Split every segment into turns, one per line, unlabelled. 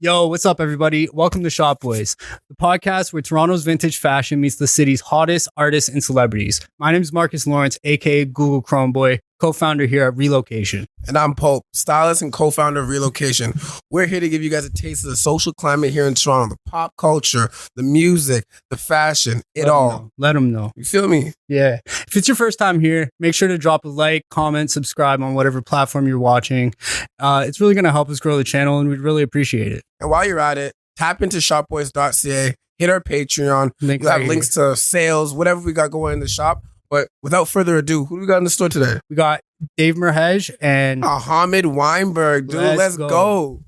Yo, what's up, everybody? Welcome to Shop Boys, the podcast where Toronto's vintage fashion meets the city's hottest artists and celebrities. My name is Marcus Lawrence, aka Google Chrome Boy, co-founder here at Relocation.
And I'm Pope, stylist and co-founder of Relocation. We're here to give you guys a taste of the social climate here in Toronto, the pop culture, the music, the fashion, it
Let 'em
all.
know. Let them know.
You feel me?
Yeah. If it's your first time here, make sure to drop a like, comment, subscribe on whatever platform you're watching. Uh, it's really going to help us grow the channel, and we'd really appreciate it.
And while you're at it, tap into shopboys.ca, hit our Patreon.
Link
You'll have
right here.
links to sales, whatever we got going in the shop. But without further ado, who do we got in the store today?
We got Dave Merhej and
Ahmed Weinberg, dude.
Let's
Let's,
go.
go.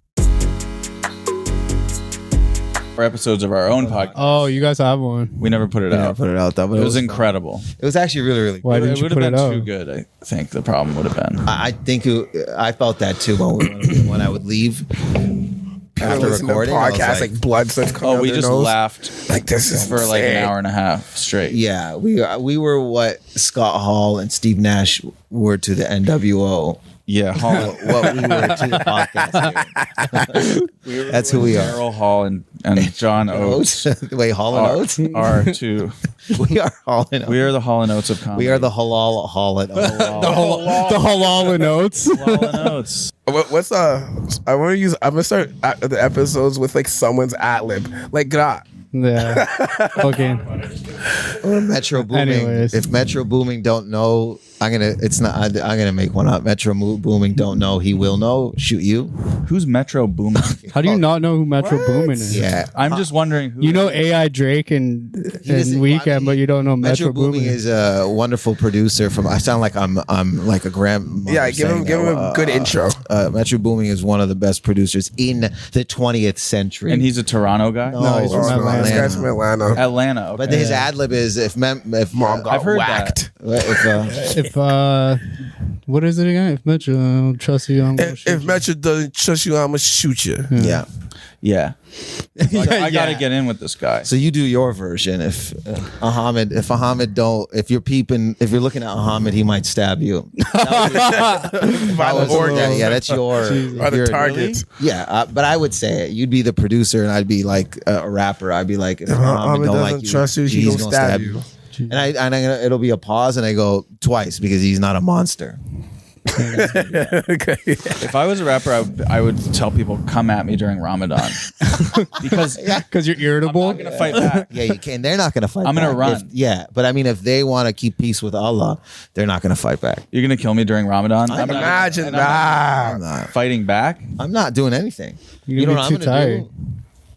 or episodes of our own podcast.
oh, you guys have one.
We never put it
We never
out.
put it out though, but
it, was
incredible.
incredible.
It was actually really, really.
Why
good.
didn't
it
you
would have
put
been
it out?
too good. I think the problem would have been.
I I think it, I felt that too when, when, when I would leave after
Listen to
recording. I was
podcast, like, blood starts coming
oh,
out
we
their
just
nose.
laughed
Like this is
for like an
insane.
hour and a half straight.
yeah, we we were what Scott Hall and Steve Nash were to the NWO.
yeah. Hall,
What, what we were to the podcast. dude. That's who we are.
Daryl Hall and, and John Oates
Oates. Wait, Hall and
are,
Oates.
are two.
We are Hall and Oates.
We are the Hall and Oates of comedy.
We are the halal Hall and Oates.
The halal notes.
Hall and Oates.
What, what's uh? I want to use. I'm gonna start uh, the episodes with like someone's ad lib, like gra.
yeah. Fucking.
Or Metro Booming.
Anyways.
If Metro Booming don't know, I'm gonna. It's not. I, I'm gonna make one up. Metro Mo- Booming don't know. He will know. Shoot you.
Who's Metro Boomin?
How do you not know who Metro Boomin is?
Yeah.
I'm just wondering who.
You know AI Drake and
He doesn't-
and Weekend,
I mean,
but you don't know Metro,
Metro, Booming is a wonderful producer from. I sound like I'm I'm like a grandmother.
Yeah, give him
saying
give
that.
him a good
Uh,
intro.
Uh, Metro Booming is one of the best producers in the 20th century.
and he's a Toronto guy.
No, No, he's
This
from Atlanta.
guy's from Atlanta.
Atlanta. Okay.
but his ad lib is if mem- if
Mom got
I've heard
whacked.
if, uh,
If uh, what is it again? If Metro I don't trust you, I'm gonna
If,
shoot
if
you.
Metro doesn't trust you, I'ma shoot you.
yeah.
yeah. Like, I gotta
Yeah.
get in with this guy.
So you do your version. If uh, Ahmed, if Ahmed don't, if you're peeping, if you're looking at Ahmed, he might stab you.
Violent
That was- yeah,
organs
yeah, that's your.
are the
your-
targets.
Yeah, uh, but I would say it. You'd be the producer, and I'd be like a a rapper. I'd be like, if Muhammad
Muhammad
don't
doesn't
like you,
trust you, he
he's
gonna stab you.
And I and I'm gonna, it'll be a pause, and I go twice because he's not a monster.
okay.
If I was a rapper, I would, I would tell people come at me during Ramadan because
because you're irritable.
I'm not gonna fight back.
Yeah, you can. They're not gonna fight.
I'm gonna
back.
run.
If- yeah, but I mean, if they want to keep peace with Allah, they're not gonna fight back.
You're gonna kill me during Ramadan. I'm not
Imagine
and
that.
I'm not.
fighting back.
I'm not doing anything.
You're
you
gonna
know
be
what I'm
too
gonna
tired.
do?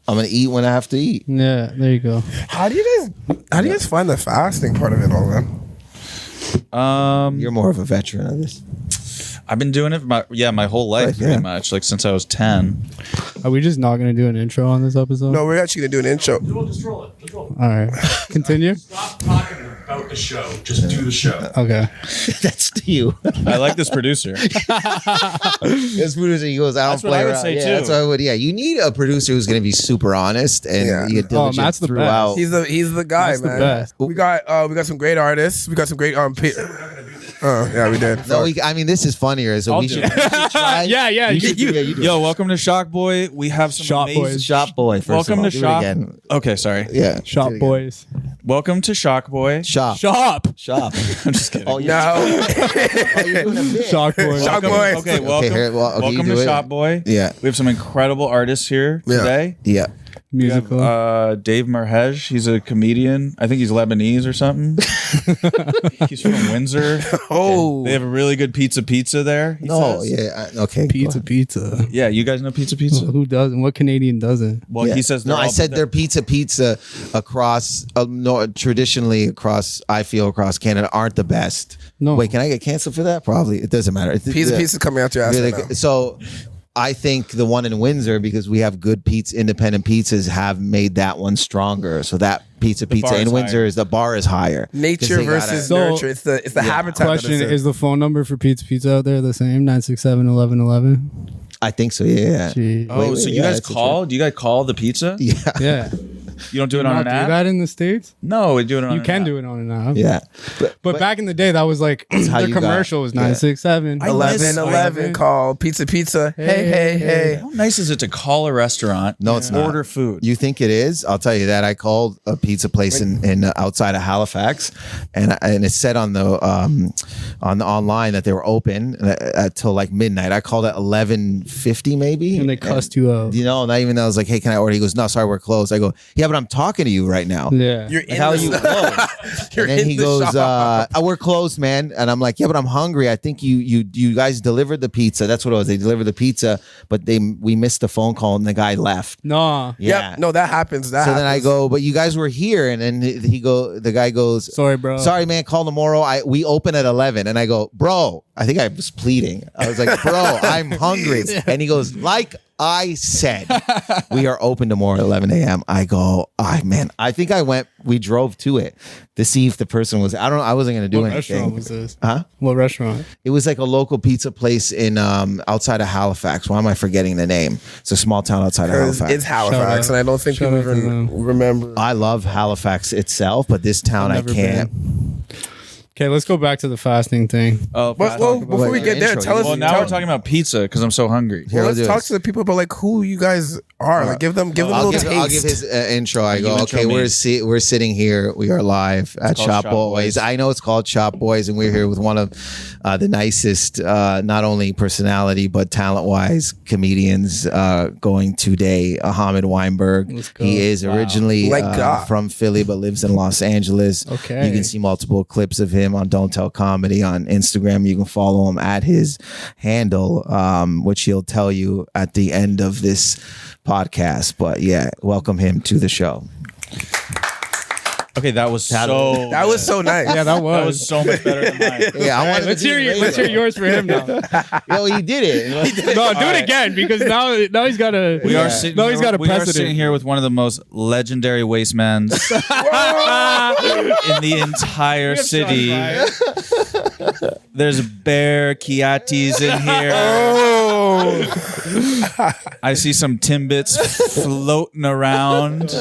I'm gonna eat when I have to eat.
yeah, there you go.
How do you guys? How do you guys find the fasting part of it all? Then
Um,
You're more of a veteran of this.
I've been doing it, my, yeah, my whole life
Right, yeah.
pretty much, like since I was ten.
Are we just not gonna do an intro on this episode?
no, we're actually gonna do an intro.
Well, just roll it. Just roll it.
All right, continue.
Stop talking about the show. Just do the show.
Okay.
That's to you.
I like this producer.
This producer, he goes, I don't
That's what
play
I would
around.
say,
yeah,
too.
That's what I would. Yeah, you need a producer who's going to be super honest and
Yeah.
yeah.
Oh,
diligent
Matt's the
throughout.
He's the he's the guy,
That's the
man.
best.
We got uh, we got some great artists. We got some great um. Pe- oh yeah, we did.
No, we, I mean, this is funnier, so
I'll
we
do
should,
it.
we should try.
Yeah, yeah, you-
You, should, do-
you-
yeah, you do.
Yo, welcome to Shock Boy. We have some
Shock
amazing-
Boys.
Shop Boy. First
welcome
of
to
all. Do it
Shock.
again.
Okay, sorry.
Yeah.
Shop
do it again.
boys.
Welcome to Shock Boy.
Shop.
Shop.
Shop.
I'm just kidding.
Oh, you're,
No,
oh, you're doing a bit.
Shock boys.
Shock-
Welcome-
Boy.
Okay,
Okay,
welcome.
here, well, okay,
welcome
you
to
do it.
Shop Boy.
Yeah.
We have some incredible artists here
Yeah.
today.
Yeah.
We have
Musical.
uh, Dave Merhej. He's a comedian. I think he's Lebanese or something. he's from Windsor.
oh,
They have a really good pizza pizza there. he
No,
says.
yeah. I, okay.
pizza, pizza.
Yeah, you guys know pizza pizza.
Who doesn't? What Canadian doesn't?
Well,
Yeah.
he says
no.
they're
I
all-
said
they're-
their pizza pizza across um, no, traditionally across I feel across Canada aren't the best.
No.
wait, can I get canceled for that? Probably it doesn't matter. It-
piece
the-
of pieces coming out your ass.
You're
Right
like-
now.
so I think the one in Windsor, because we have good pizza, independent pizzas have made that one stronger. So that pizza pizza
bar
in
is
Windsor
higher.
is the bar is higher. 'Cause
Nature
they gotta-
versus
So-
nurture. It's the it's the habitat. that
Question
it's in.
is the phone number for Pizza Pizza out there the same? 967
I think so. Yeah. yeah.
Gee.
Oh,
Wait, wait,
so you
yeah,
guys
it's a
call? Do you guys call the pizza?
Yeah.
Yeah.
You don't do it
Not
on an
do
app.
that in the states.
No, we do it on.
You
an
can
app.
do it on an app.
Yeah. But,
But, back in the day, that was like
how
the
you got-
commercial was
yeah.
nine six seven.
Eleven, eleven. call pizza pizza. Hey, hey, hey.
How nice is it to call a restaurant?
No, it's
and
not.
Order food.
You think it is? I'll tell you that. I called a pizza place in, in uh, outside of Halifax, and and it said on the um, on the online that they were open uh, until like midnight. I called at eleven fifty maybe,
And they cussed you out.
You know, and I even I was like, "Hey, can I order?" He goes, "No, sorry, we're closed." I go, "Yeah, but I'm talking to you right now."
Yeah.
You're
Like,
in
how
the,
are you
close? You're
and then
in
he
the
goes,
shop.
uh, "Oh, "We're closed, man." And I'm like, "Yeah, but I'm hungry. I think you you you guys delivered the pizza. That's what it was. They delivered the pizza, but they we missed the phone call and the guy left."
Nah.
Yeah.
Yep. No, that happens. That
so
happens.
then I go, "But you guys were here." And then he he go, the guy goes,
Sorry, bro.
uh,
"Sorry, man. Call tomorrow. I we open at 11." And I go, "Bro, I think I was pleading. I was like, "Bro, I'm hungry." And he goes, "Like." I said we are open tomorrow at 11 a.m. I go, I man, I think I went. We drove to it to see if the person was. I don't. know. I wasn't gonna do
What
anything.
restaurant was this?
Huh?
What restaurant?
It was like a local pizza place in um outside of Halifax. Why am I forgetting the name? It's a small town outside of
'Cause
Halifax.
it's Halifax,
out.
and I don't think
Shout out
people
to
even
them.
remember.
I love Halifax itself, but this town I
Never
can't.
Okay, let's go back to the fasting thing.
Oh,
But
fast-
well, before we
your
get there,
intro,
tell
you
us.
well, now
tell-
we're talking about pizza because I'm so hungry.
Here,
Well,
I'll
let's
do
talk
this.
to the people about like who you guys are. Like, give them, give them a
I'll
little
give,
taste.
I'll give his uh, intro. I go,
you intro
okay,
me.
we're si- we're sitting here. We are live at
called
Shop
Shop
Boys.
Boys.
I know it's called Shop Boys, and we're here with one of uh, the nicest, uh, not only personality but talent wise comedians uh, going today. Ahmed Weinberg. He is originally
Like
uh,
God.
from Philly, but lives in Los Angeles.
Okay.
you can see multiple clips of him on Don't Tell Comedy on Instagram. You can follow him at his handle, um, which he'll tell you at the end of this podcast. But yeah, welcome him to the show.
Okay, that was so.
that was so nice.
Yeah, that
that
was.
was so much better than mine.
Yeah, I wanted
let's
to do
hear
the
you, let's hear
radio.
yours for him now. no,
Yo, he did
do
it.
it again because now now he's got a
We are sitting.
now
here,
he's got a
we are sitting
precedent.
here with one of the most legendary wastemen in the entire city. There's Bear Kiatis in here.
Oh!
I see some Timbits floating around.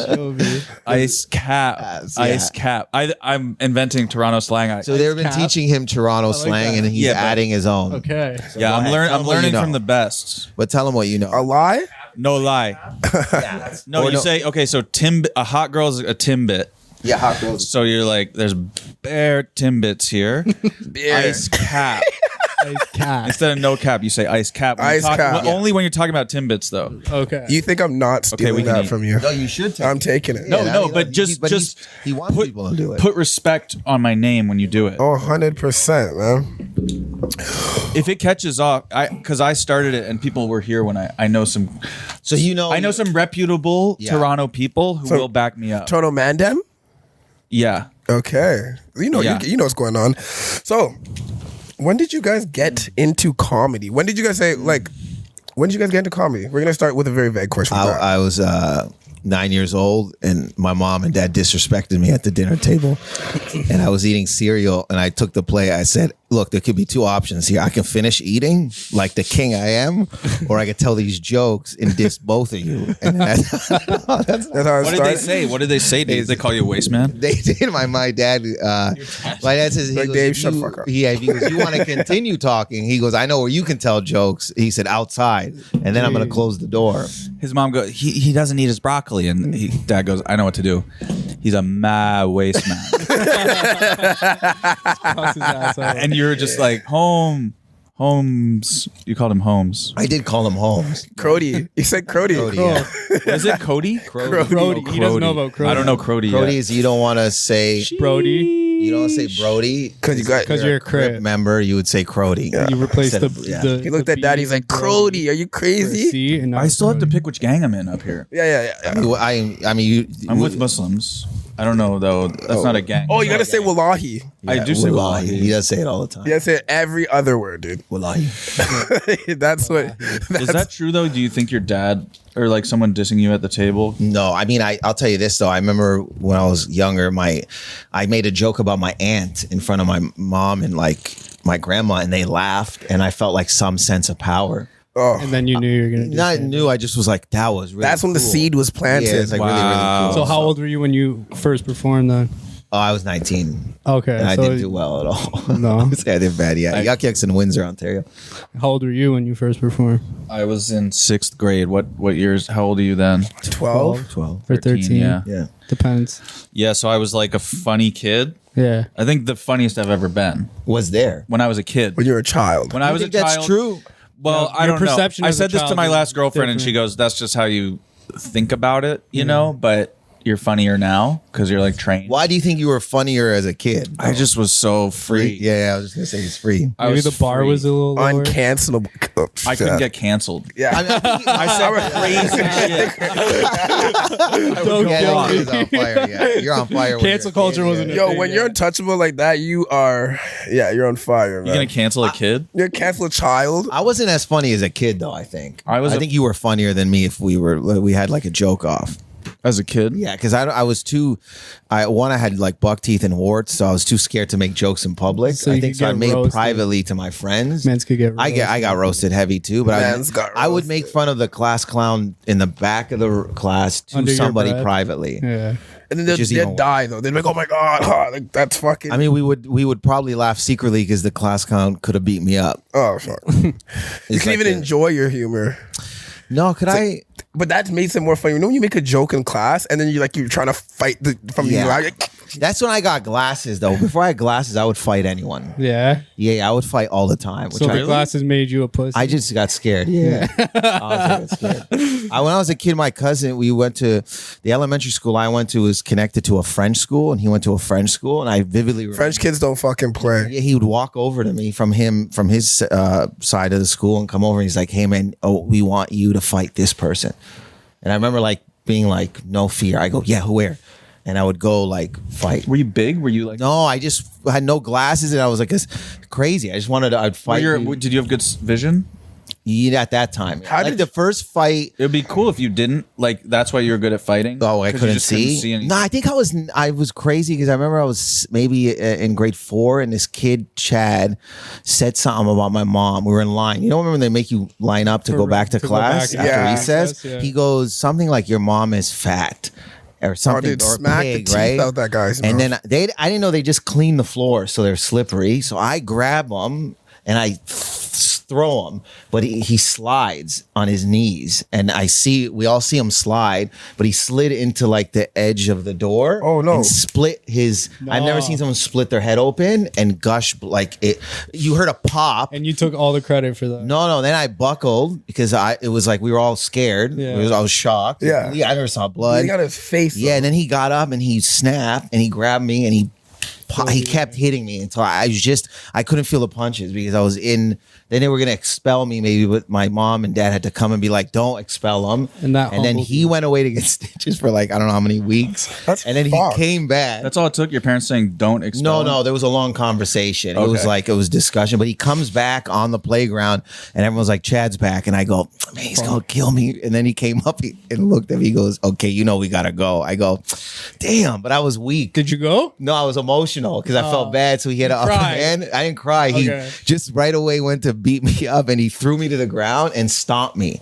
Ice cap,
Yes,
ice
yeah.
cap. I, I'm inventing Toronto slang. I,
So they've been teaching him Toronto slang, and he's
Yeah, but-
adding his own.
Okay.
yeah,
Go
I'm
ahead.
learning. I'm
Tell them what you
learning
know.
from the best.
But tell him what you
A
know.
lie?
No lie. no,
Or
you
no-
say okay. So Tim, a hot girl is a Timbit.
Yeah, hot girls.
So you're like, there's bare Timbits here. Ice cap.
Cat.
Instead of no cap, you say ice cap. When you
Ice
talk-
cap.
well, Only when you're talking about Timbits, though.
Okay.
You think I'm not stealing
we can
that
eat.
from you?
No, you should. Take
I'm taking it.
No,
Yeah, I
no,
mean,
but
he-
just,
but he's-
just
he wants
put,
people to do it.
Put respect on my name when you do it.
Oh, 100%, man.
If it catches off, I because I started it and people were here when I I know some
so you know,
I know some reputable
Yeah.
Toronto people who will back me up.
Total Mandem?
yeah,
Okay. You know,
Yeah.
you, you know what's going on. So, when did you guys get into comedy? When did you guys say, like, when did you guys get into comedy? We're going to start with a very vague question.
I, I was uh, nine years old, and my mom and dad disrespected me at the dinner table. And I was eating cereal, and I took the play. I said, "Look, there could be two options here. I can finish eating like the king I am, or I could tell these jokes and diss both of you." And that's, that's
That's how it
what did
started.
they say? What did they say? Did they call you a waste man?
they did. My my dad, uh, my dad says, he
Like,
goes,
"Dave,
"If
shut the
you-
fuck up."
Yeah, he goes, you want to continue talking? He goes, I know where you can tell jokes. He said outside, and then I'm gonna close the door.
His mom goes, he he doesn't eat his broccoli, and he, dad goes, I know what to do. He's a mad waste man. and you're just like home Holmes. You called him Holmes.
I did call him Holmes.
Crody. You said Crody.
Brody, yeah.
Is it Cody? Crody.
Brody. He doesn't know about Crody.
I don't know Crody.
Brody
yet.
is you don't want to say
Brody.
you don't say Brody
'Cause you got- 'Cause
you're a Crip.
member. You would say Crody.
You replaced
Said-
the,
yeah.
the.
He looked at daddy. He's like, Crody, are you crazy?
See, and now
I
it's
still have to
Brody.
pick which gang I'm in up here.
Yeah, yeah, yeah.
You- I I mean you.
I'm with Muslims. I don't know though. That's not a gang.
Oh, you gotta say Wallahi.
I do say
Wallahi.
Wallahi.
He does say it all the time.
You gotta say every other word, dude.
Wallahi.
that's what. That's,
Is that true though? Do you think your dad or like someone dissing you at the table?
No, I mean, I, I'll tell you this though. I remember when I was younger, my I made a joke about my aunt in front of my mom and like my grandma, and they laughed, and I felt like some sense of power.
Oh,
And then you knew you were gonna do
Not
stand-up.
new. I just was like, that was really.
that's when the
cool.
seed was
Yeah,
planted.
it's like really,
Wow.
really cool.
So how old were you when you first performed then?
Oh, I was 19.
Okay,
and I
so
didn't do well at all.
No.
I was- I did bad. Yeah, Yuck Yucks in Windsor, Ontario.
how old were you when you first performed?
I was in sixth grade. What what years? How old are you then?
12.
12.
Or thirteen?
Yeah.
Yeah.
depends.
Yeah. So I was like a funny kid.
Yeah,
I think the funniest I've ever been
Was there.
when I was a kid.
When you're a child.
When I,
I
was
think
a
that's
child,
true.
Well,
Yeah,
I
your
don't
perception
know. I
as a
said this to
child
my
is
last girlfriend, and
different.
she goes, "That's just how you think about it, you know." But you're funnier now because you're like trained.
Why do you think you were funnier as a kid?
I just was so free.
Yeah, yeah, I was just going to say he's free.
I
maybe
was
the bar
free.
was a little lower.
Uncancelable.
I couldn't get canceled.
Yeah.
I, mean, I think-
I said crazy shit. I would
yeah,
go
that
on.
kid is on fire. Yeah, you're on fire. when
Cancel
you're a kid,
culture
yeah.
wasn't
Yo, when you're untouchable like that, you are, yeah, you're on fire,
You gonna
man.
cancel a kid?
You're cancel a child.
I wasn't as funny as a kid though. I think
I was
I
a-
think you were funnier than me if we were we had like a joke off.
As a kid?
Yeah, because I, I was too. I one I had like buck teeth and warts, so I was too scared to make jokes in public.
So
I
you
think
could
so. I
get
made
roasted.
privately to my friends.
Mans could get.
I get I got roasted heavy too, but I,
Man's got
I would
roasted.
make fun of the class clown in the back of the r- class to
Under your
somebody
breath.
privately.
yeah.
And then they'd,
Which is even
they'd
worse.
die, though. They'd be like, oh my God, ah, like, that's fucking.
I mean, we would we would probably laugh secretly because the class clown could have beat me up.
oh, fuck. you
It's
can
like
even
a-
enjoy your humor.
No, could I?
But that makes it more funny. You know when you make a joke in class and then you're like, you're trying to fight the, from
Yeah.
the loud, like,
That's when I got glasses though. Before I had glasses, I would fight anyone.
Yeah.
Yeah, yeah, I would fight all the time. Which
So
I,
the glasses made you a pussy.
I just got scared. Yeah. I was like, "That's scared." I- when I was a kid, my cousin, we went to the elementary school I went to was connected to a French school, and he went to a French school, and I vividly remember.
French kids don't fucking play.
Yeah, he would walk over to me from him from his uh, side of the school and come over. and He's like, "Hey man, oh, we want you to fight this person." And I remember like being like, "No fear." I go, "Yeah, where?" And I would go like fight.
Were you big? Were you like?
No, I just had no glasses, and I was like, "It's crazy." I just wanted to. I'd
Were
fight.
your-
you.
did you have good s- vision?
Yeah, at that time.
How
like
did
the
you-
first fight.
It would be cool if you didn't. Like that's why you were good at fighting.
Oh,
'Cause
I
you
couldn't
just
see.
anything.
no, I think I was I was crazy because I remember I was maybe uh, in grade four, and this kid Chad said something about my mom. We were in line. You know, remember when they make you line up to go back to,
to go
class
back
after
Yeah.
recess?
Yeah.
He goes something like, "Your mom is fat." Or
Oh,
something,
dude,
or
smack the
pig,
teeth
right?
out that guy's
And
mouth.
then they, I didn't know they just clean the floor, so they're slippery. So I grab them and I throw him, but he, he slides on his knees, and I see we all see him slide, but he slid into like the edge of the door.
Oh, no.
And split his. I've never seen someone split their head open and gush like it. You heard a pop.
and you took all the credit for that.
no, no. Then I buckled because I it was like we were all scared.
Yeah.
It was- I was shocked.
Yeah.
I never saw blood.
He got his face.
Yeah,
Yeah.
and then he got up and he snapped and he grabbed me and he po- he kept hitting me until I was just I couldn't feel the punches because I was in. Then they were gonna expel me maybe, but my mom and dad had to come and be like, "Don't expel him."
And that
and then
humbled
he
you.
went away to get stitches for like I don't know how many weeks.
That's
and then
fucked.
he came back.
That's all it took. Your parents saying don't
No,
expel.
no, there was a long conversation. It was
Okay.
like it was discussion, but he comes back on the playground and everyone's like, Chad's back. And I go, Man, he's gonna kill me. And then he came up he- and looked at me, he goes, Okay, you know we gotta go. I go, damn, but I was weak.
Did you go?
no, I was emotional because I
Oh.
felt bad. So he had an upper
cried.
hand. I didn't cry.
Okay.
He just right away went to beat me up and he threw me to the ground and stomped me.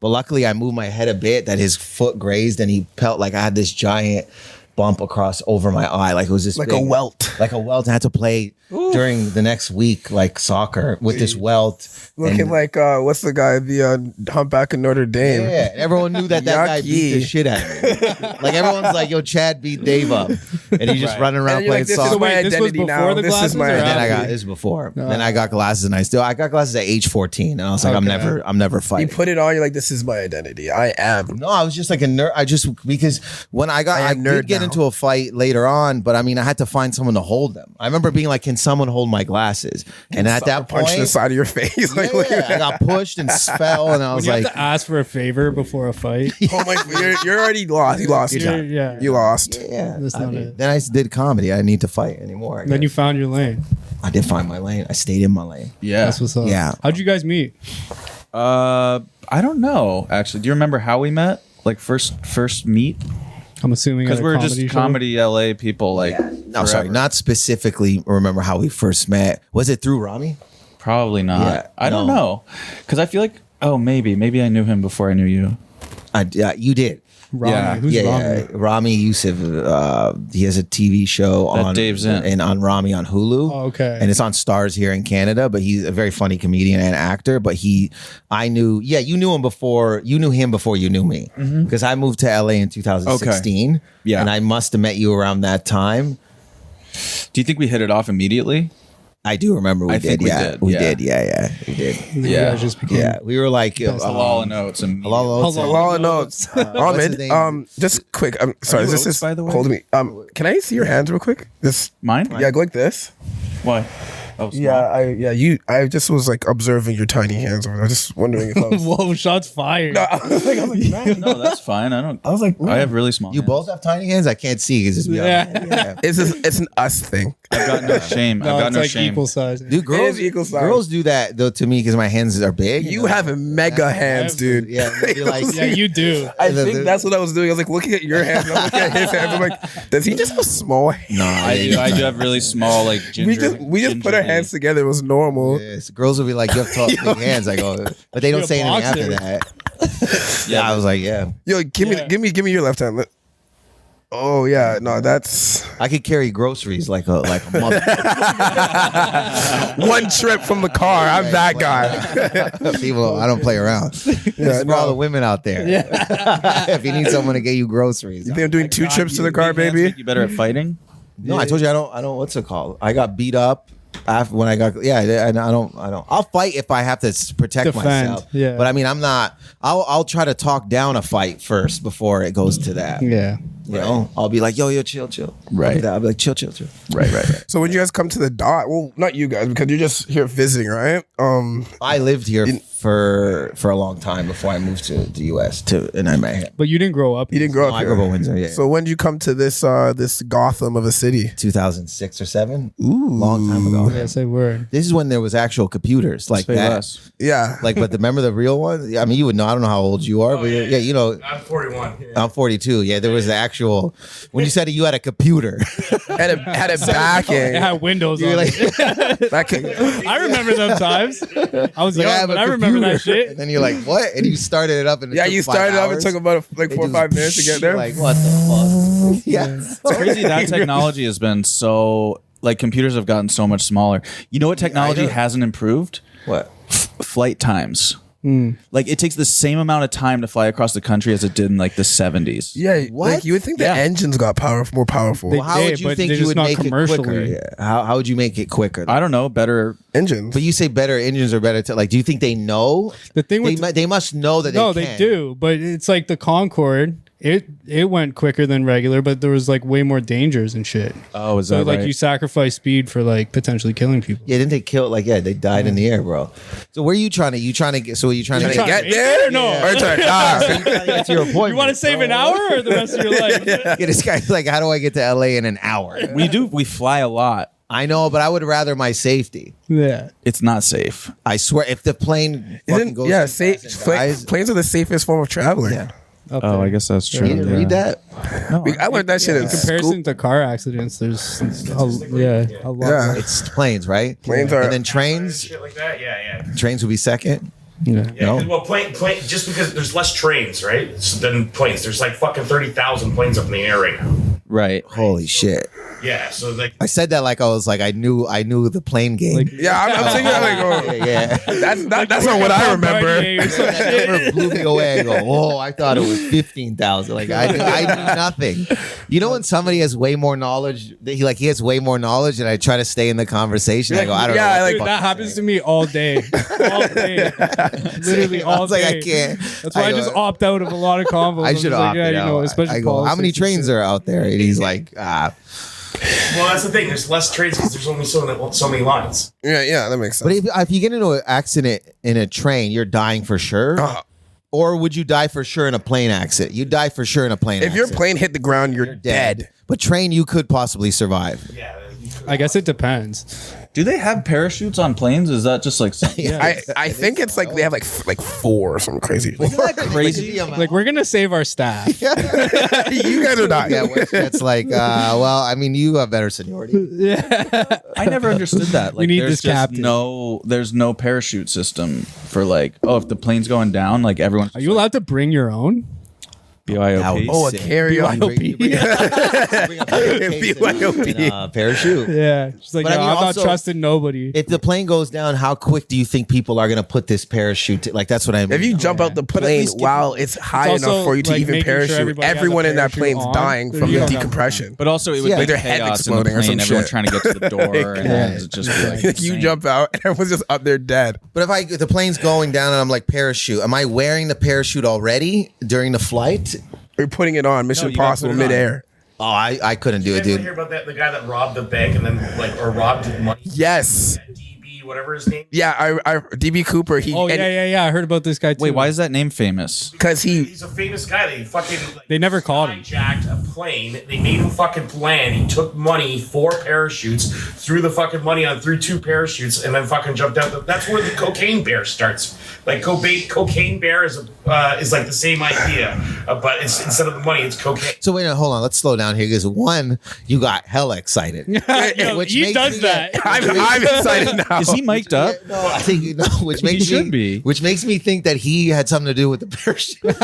But luckily, I moved my head a bit that his foot grazed and he felt like I had this giant bump across over my eye. Like it was this
Like
big-
a welt.
like a welt. I had to play during the next week, like soccer with this welt.
Looking
And-
like, uh, what's the guy, the uh, humpback of Notre Dame?
yeah, and everyone knew that that guy beat the
Yucky.
shit out of me. like everyone's like, "Yo, Chad beat Dave up," and he just running around
And you're
playing
like, this
soccer.
is my
Wait, this was
identity
before
now.
the
This
glasses
is
or
my
And then I
identity.
got this before. Then I got glasses, and I still I got glasses at age fourteen, and I was like, I'm never, I'm never
You
fighting.
put it on, you're like, this is my identity. I am.
no, I was just like a nerd. I just because when I got,
I
I,
am nerd
did get
now.
into a fight later on, but I mean, I had to find someone to hold them. I remember being like, "Can someone hold my glasses?" And at that
Punch the
point,
side of your face. Like, look
yeah,
at
I got pushed and fell, and I
When
was
you
like,
have to ask for a favor before a fight.
that. Oh my, you're, you're already lost. You lost.
You're- yeah.
You lost.
"Yeah."
That's
I
not
mean,
it.
then I s- did comedy. I didn't need to fight anymore. I,
Then you
guess.
found your lane.
I did find my lane. I stayed in my lane.
Yeah.
That's what's up.
Yeah.
How'd you guys meet?
Uh, I don't know. Actually, do you remember how we met? Like first first meet
I'm assuming
because
at a
we're just
show?
comedy LA people. Like
No, sorry,
forever.
not specifically. Remember how we first met? Was it through Rami?
probably not.
Yeah,
I don't
no.
know because I feel like Oh, maybe. Maybe I knew him before I knew you.
I, yeah, you did.
Rami.
Yeah.
Who's
yeah,
Rami?
yeah, Rami Yusuf. Uh, he has a TV show
That
on
Dave's in.
and on Rami on Hulu.
Oh, okay.
and it's on Stars here in Canada. But he's a very funny comedian and actor. But he, I knew, yeah, you knew him before. You knew him before you knew me
Mm-hmm.
because I moved to LA in 2016.
Yeah.
and I must have met you around that time.
Do you think we hit it off immediately?
I do remember we
I
did.
think we
yeah,
did,
we
yeah.
did. Yeah, yeah, we did.
And then you
yeah.
guys just became
Yeah, we were like uh,
Halal and oats and
Halal Oats.
Halal.
Law and Oates.
uh, what's his
Ahmed,
name?
um, just quick. I'm sorry.
you
This
Oates,
is
by the way?
holding me. Um, can I see your hands real quick? This.
Mine?
Yeah, go like this.
Why? Oh,
Yeah, I yeah you. I just was like observing your tiny hands. I was just wondering if I was.
Whoa, shots fired.
I was like, I was like,
small. no, that's fine. I don't.
I was like,
I have really small.
You
hands.
both have tiny hands. I can't see because it's
Yeah.
yeah.
it's just, it's an us thing.
I've got no shame.
No,
I've got
it's
no
like
shame.
equal size.
Dude, girls,
is equal size.
girls do that though to me because my hands are big.
You have mega hands, dude.
yeah. they'd be like,
Yeah, you do.
I
the- the-
think that's what I was doing. I was like looking at your hands. and I'm looking at his hands. I'm like, does he just have small hands?
Nah,
I
yeah,
do. I do have really small, like ginger.
we just we just put our
gingerly-
hands together. It was normal.
Yes, girls will be like, "You have tall, big hands." I go, but they
You're
don't
a
say anything
boxer.
after that.
Yeah.
yeah, I was like, "Yeah,
Yo, give
Yeah.
me give me give me your left hand. Let- Oh yeah, no, that's
I could carry groceries like a like a mother."
one trip from the car. I'm that guy.
People, I don't play around. this is for all
no.
the women out there. if you need someone to get you groceries,
You think I'm doing two trips to the car,
Big hands
baby?
make You better at fighting.
no, I told you I don't. I don't. What's it called? I got beat up. After, when I got yeah, I, I don't I don't I'll fight if I have to s- protect
Defend,
myself.
yeah.
but I mean I'm not. I'll I'll try to talk down a fight first before it goes to that.
Yeah.
You know, I'll be like, yo, yo, chill, chill.
Right.
I'll be like, chill, chill, chill.
Right, right, right.
So when you guys come to the dot, well, not you guys because you're just here visiting, right? Um,
I lived here for for a long time before I moved to the US to and I met him.
But you didn't grow up.
you didn't grow
Oh,
up
I grew up in
here.
Windsor, yeah.
So when did you come to this uh this Gotham of a city?
2006 or 7. Ooh. Long time ago.
Yeah, say word.
This is when there was actual computers like
Pay
that.
less.
Yeah,
Like but the, remember the real ones? I mean you would know I don't know how old you are, but yeah,
yeah,
you know
I'm 41.
I'm 42. Yeah, there was the actual when you said you had a computer.
Oh,
had a had a back
It
end.
had windows
You're
on
like,
it.
That could-
I remember them times. I was
"I
young,
have
but
a
I remember
computer."
that
And
shit.
then you're like, what? And you started it up and it
Yeah,
took
you
five
started up. It
hours.
took about a, like
It
four or
just-
five minutes to get there.
Like, what the fuck? yeah.
Crazy that technology has been so like computers have gotten so much smaller. You know what technology
know.
hasn't improved?
What? Hmm.
Flight times. Like it takes the same amount of time to fly across the country as it did in like the 70s.
yeah,
What?
Like you would think
Yeah.
the engines got power more powerful.
Well, how
did,
would you
but
think
they're
you
just
would
not
make it quicker?
commercially.
Yeah. How, how would you make it quicker?
I don't know, better
engines.
but you say better engines are better. T- like, do you think they know?
The thing
they,
with-
mu- they must know that.
No,
they,
they
can.
do, but it's like the Concorde. It it went quicker than regular, but there was like way more dangers and shit.
Oh, is
so
that
like
right?
you sacrifice speed for like potentially killing people.
Yeah, didn't they kill? Like, yeah, they died in the air, bro. So where are you trying to? You trying to get? So are you trying to
Trying
get?
to
trying to make it or
get there
no?
Or trying to die?
you trying to get to your appointment?
You want to save an hour or the rest of your life?
Yeah, this guy's like, how do I get to LA in an hour?
we do we fly a lot.
I know, but I would rather my safety.
Yeah.
It's not safe.
I swear, if the plane fucking
Isn't,
goes,
yeah,
too
safe,
fast and
pla-
dies-
planes are the safest form of traveling.
Yeah.
Up
Oh,
there.
I guess that's true.
you didn't read that?
No,
We- I learned that shit in
comparison
school.
to car accidents, there's a, yeah, a lot.
Yeah.
It's planes, right?
Planes are-
and then trains.
Shit like that. Yeah, yeah.
Trains would be second.
Yeah.
Yeah, 'cause,
No.
well, plane, plane, just because there's less trains, right? So than planes. There's like fucking 30,000 planes up in the air right now.
right.
Holy shit!
Yeah, so like,
I said that like I was like I knew I knew the plane game.
Yeah, I'm, I'm thinking I'm like, oh,
yeah, yeah.
that's not, that's not what I remember.
Bombardier or some
That
shit.
number blew me away. I go, oh, I thought it was fifteen thousand. Like I, knew, I knew nothing. You know when somebody has way more knowledge, that he like he has way more knowledge, and I try to stay in the conversation. I go, I don't
Yeah,
know.
I
what
Dude,
the
that
fuck
happens to me all day, all day, literally
I
all
was
day.
like, I can't.
That's why I, just
go,
opt out of a lot of convos.
I
I'm
should
just like,
opt
yeah,
it
you know,
out.
especially
I go, how many
politics and
trains
shit.
are out there? And he's like, ah.
well, that's the thing. There's less trains because there's only so, so many lines.
Yeah, yeah, that makes
But
sense.
if, if you get into an accident in a train, you're dying for sure.
Uh,
or would you die for sure in a plane accident? You die for sure in a plane
If your
accident.
plane hit the ground, you're, dead.
But train, you could possibly survive.
Yeah. you could-
I guess it depends.
Do they have parachutes on planes? Is that just like something
Yeah.
I, I think it's like they have like f- like four or something crazy.
crazy?
Like we're gonna save our staff. yeah.
you guys are not.
yeah, which- that's like, uh, well, I mean, you have better seniority.
I never understood that. Like,
need
there's
this
just
captain.
no, there's no parachute system for like, oh, if the plane's going down, like everyone.
Are you allowed to bring your own?
BYOP.
Oh, a carry on. BYOB.
Uh, parachute.
Yeah. She's like,
But I
"No,
mean,
I'm
also-
not trusting nobody.
If the plane goes down, how quick do you think people are going to put this parachute? To, like that's what I mean.
If you jump out the plane while it's high
It's also,
enough for you to
like,
even
making sure
parachute,
everybody has a
everyone in that
parachute
plane's
on.
dying
There
from
you
the
go.
decompression.
But also, it would
Yeah.
be
Like
their head
chaos in the
exploding or
plane.
some
Everyone
shit.
trying to get to the door, and it'd just be like,
Like, you
insane.
jump out and everyone's just up there dead.
but if I if the plane's going down and I'm like parachute, am I wearing the parachute already during the flight?
You're putting it on Mission
you gotta
Impossible
put it on.
midair.
Oh, I, I couldn't do
You
it,
guys wanna hear
dude.
about that the guy that robbed the bank and then like or robbed money?
Yes.
That DB, whatever his name.
Yeah, I, I DB Cooper. He
Oh yeah, yeah, yeah. I heard about this guy too.
Wait, why is that name famous?
because he
He's a famous guy. They fucking like,
They never caught him.
Hijacked a plane. They made him fucking land. He took money, four parachutes, threw the fucking money on, threw two parachutes, and then fucking jumped out. The, that's where the cocaine bear starts. Like cocaine, cocaine bear is a, uh, is like the same idea, uh, but it's, instead of the money, it's cocaine.
So wait, a minute, hold on. Let's slow down here because one, you got hella excited.
Yo,
Which
he
makes
does
me-
that.
I'm, I'm excited now.
Is he mic'd up?
No, I think you know, which makes
should
me,
be.
which makes me think that he had something to do with the parachute.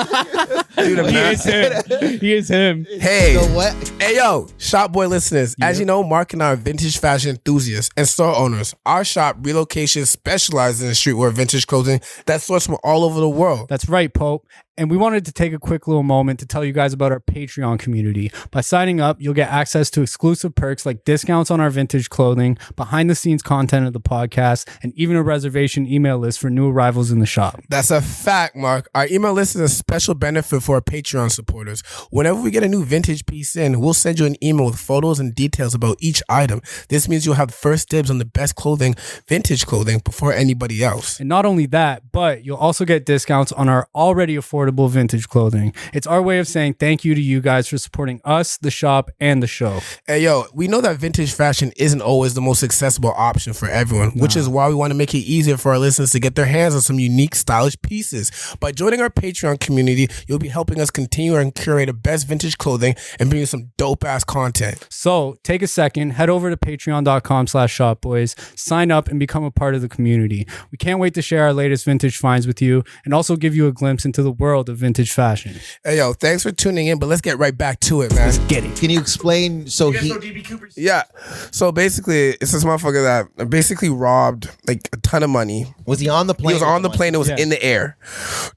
Dude,
he
imagine-
is him. He is him.
Hey,
So what?
Hey yo, Shop Boy listeners. As you know, Mark and I are vintage fashion enthusiasts and store owners. Our shop relocation specializes in streetwear vintage clothing that's sourced from all over the world.
That's right, Pope. And we wanted to take a quick little moment to tell you guys about our Patreon community. By signing up, you'll get access to exclusive perks like discounts on our vintage clothing, behind the scenes content of the podcast, and even a reservation email list for new arrivals in the shop.
That's a fact, Mark. Our email list is a special benefit for our Patreon supporters. Whenever we get a new vintage piece in, we'll send you an email with photos and details about each item. This means you'll have first dibs on the best clothing, vintage clothing, before anybody else.
And not only that, but you'll also get discounts on our already affordable vintage clothing. It's our way of saying thank you to you guys for supporting us, the shop, and the show.
Hey yo, we know that vintage fashion isn't always the most accessible option for everyone, which is why we want to make it easier for our listeners to get their hands on some unique stylish pieces. By joining our Patreon community, you'll be helping us continue and curate the best vintage clothing and bring you some dope ass content.
So take a second, head over to patreon.com slash shopboys, sign up and become a part of the community. We can't wait to share our latest vintage finds with you and also give you a glimpse into the world of vintage fashion.
Hey yo, thanks for tuning in, but let's get right back to it, man.
Get it.
Can you explain? So
You guys
he.
know DB Cooper's
Yeah. So basically, it's this motherfucker that basically robbed like a ton of money.
Was he on the plane?
He was on the plane. It was in the air.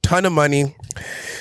Ton of money.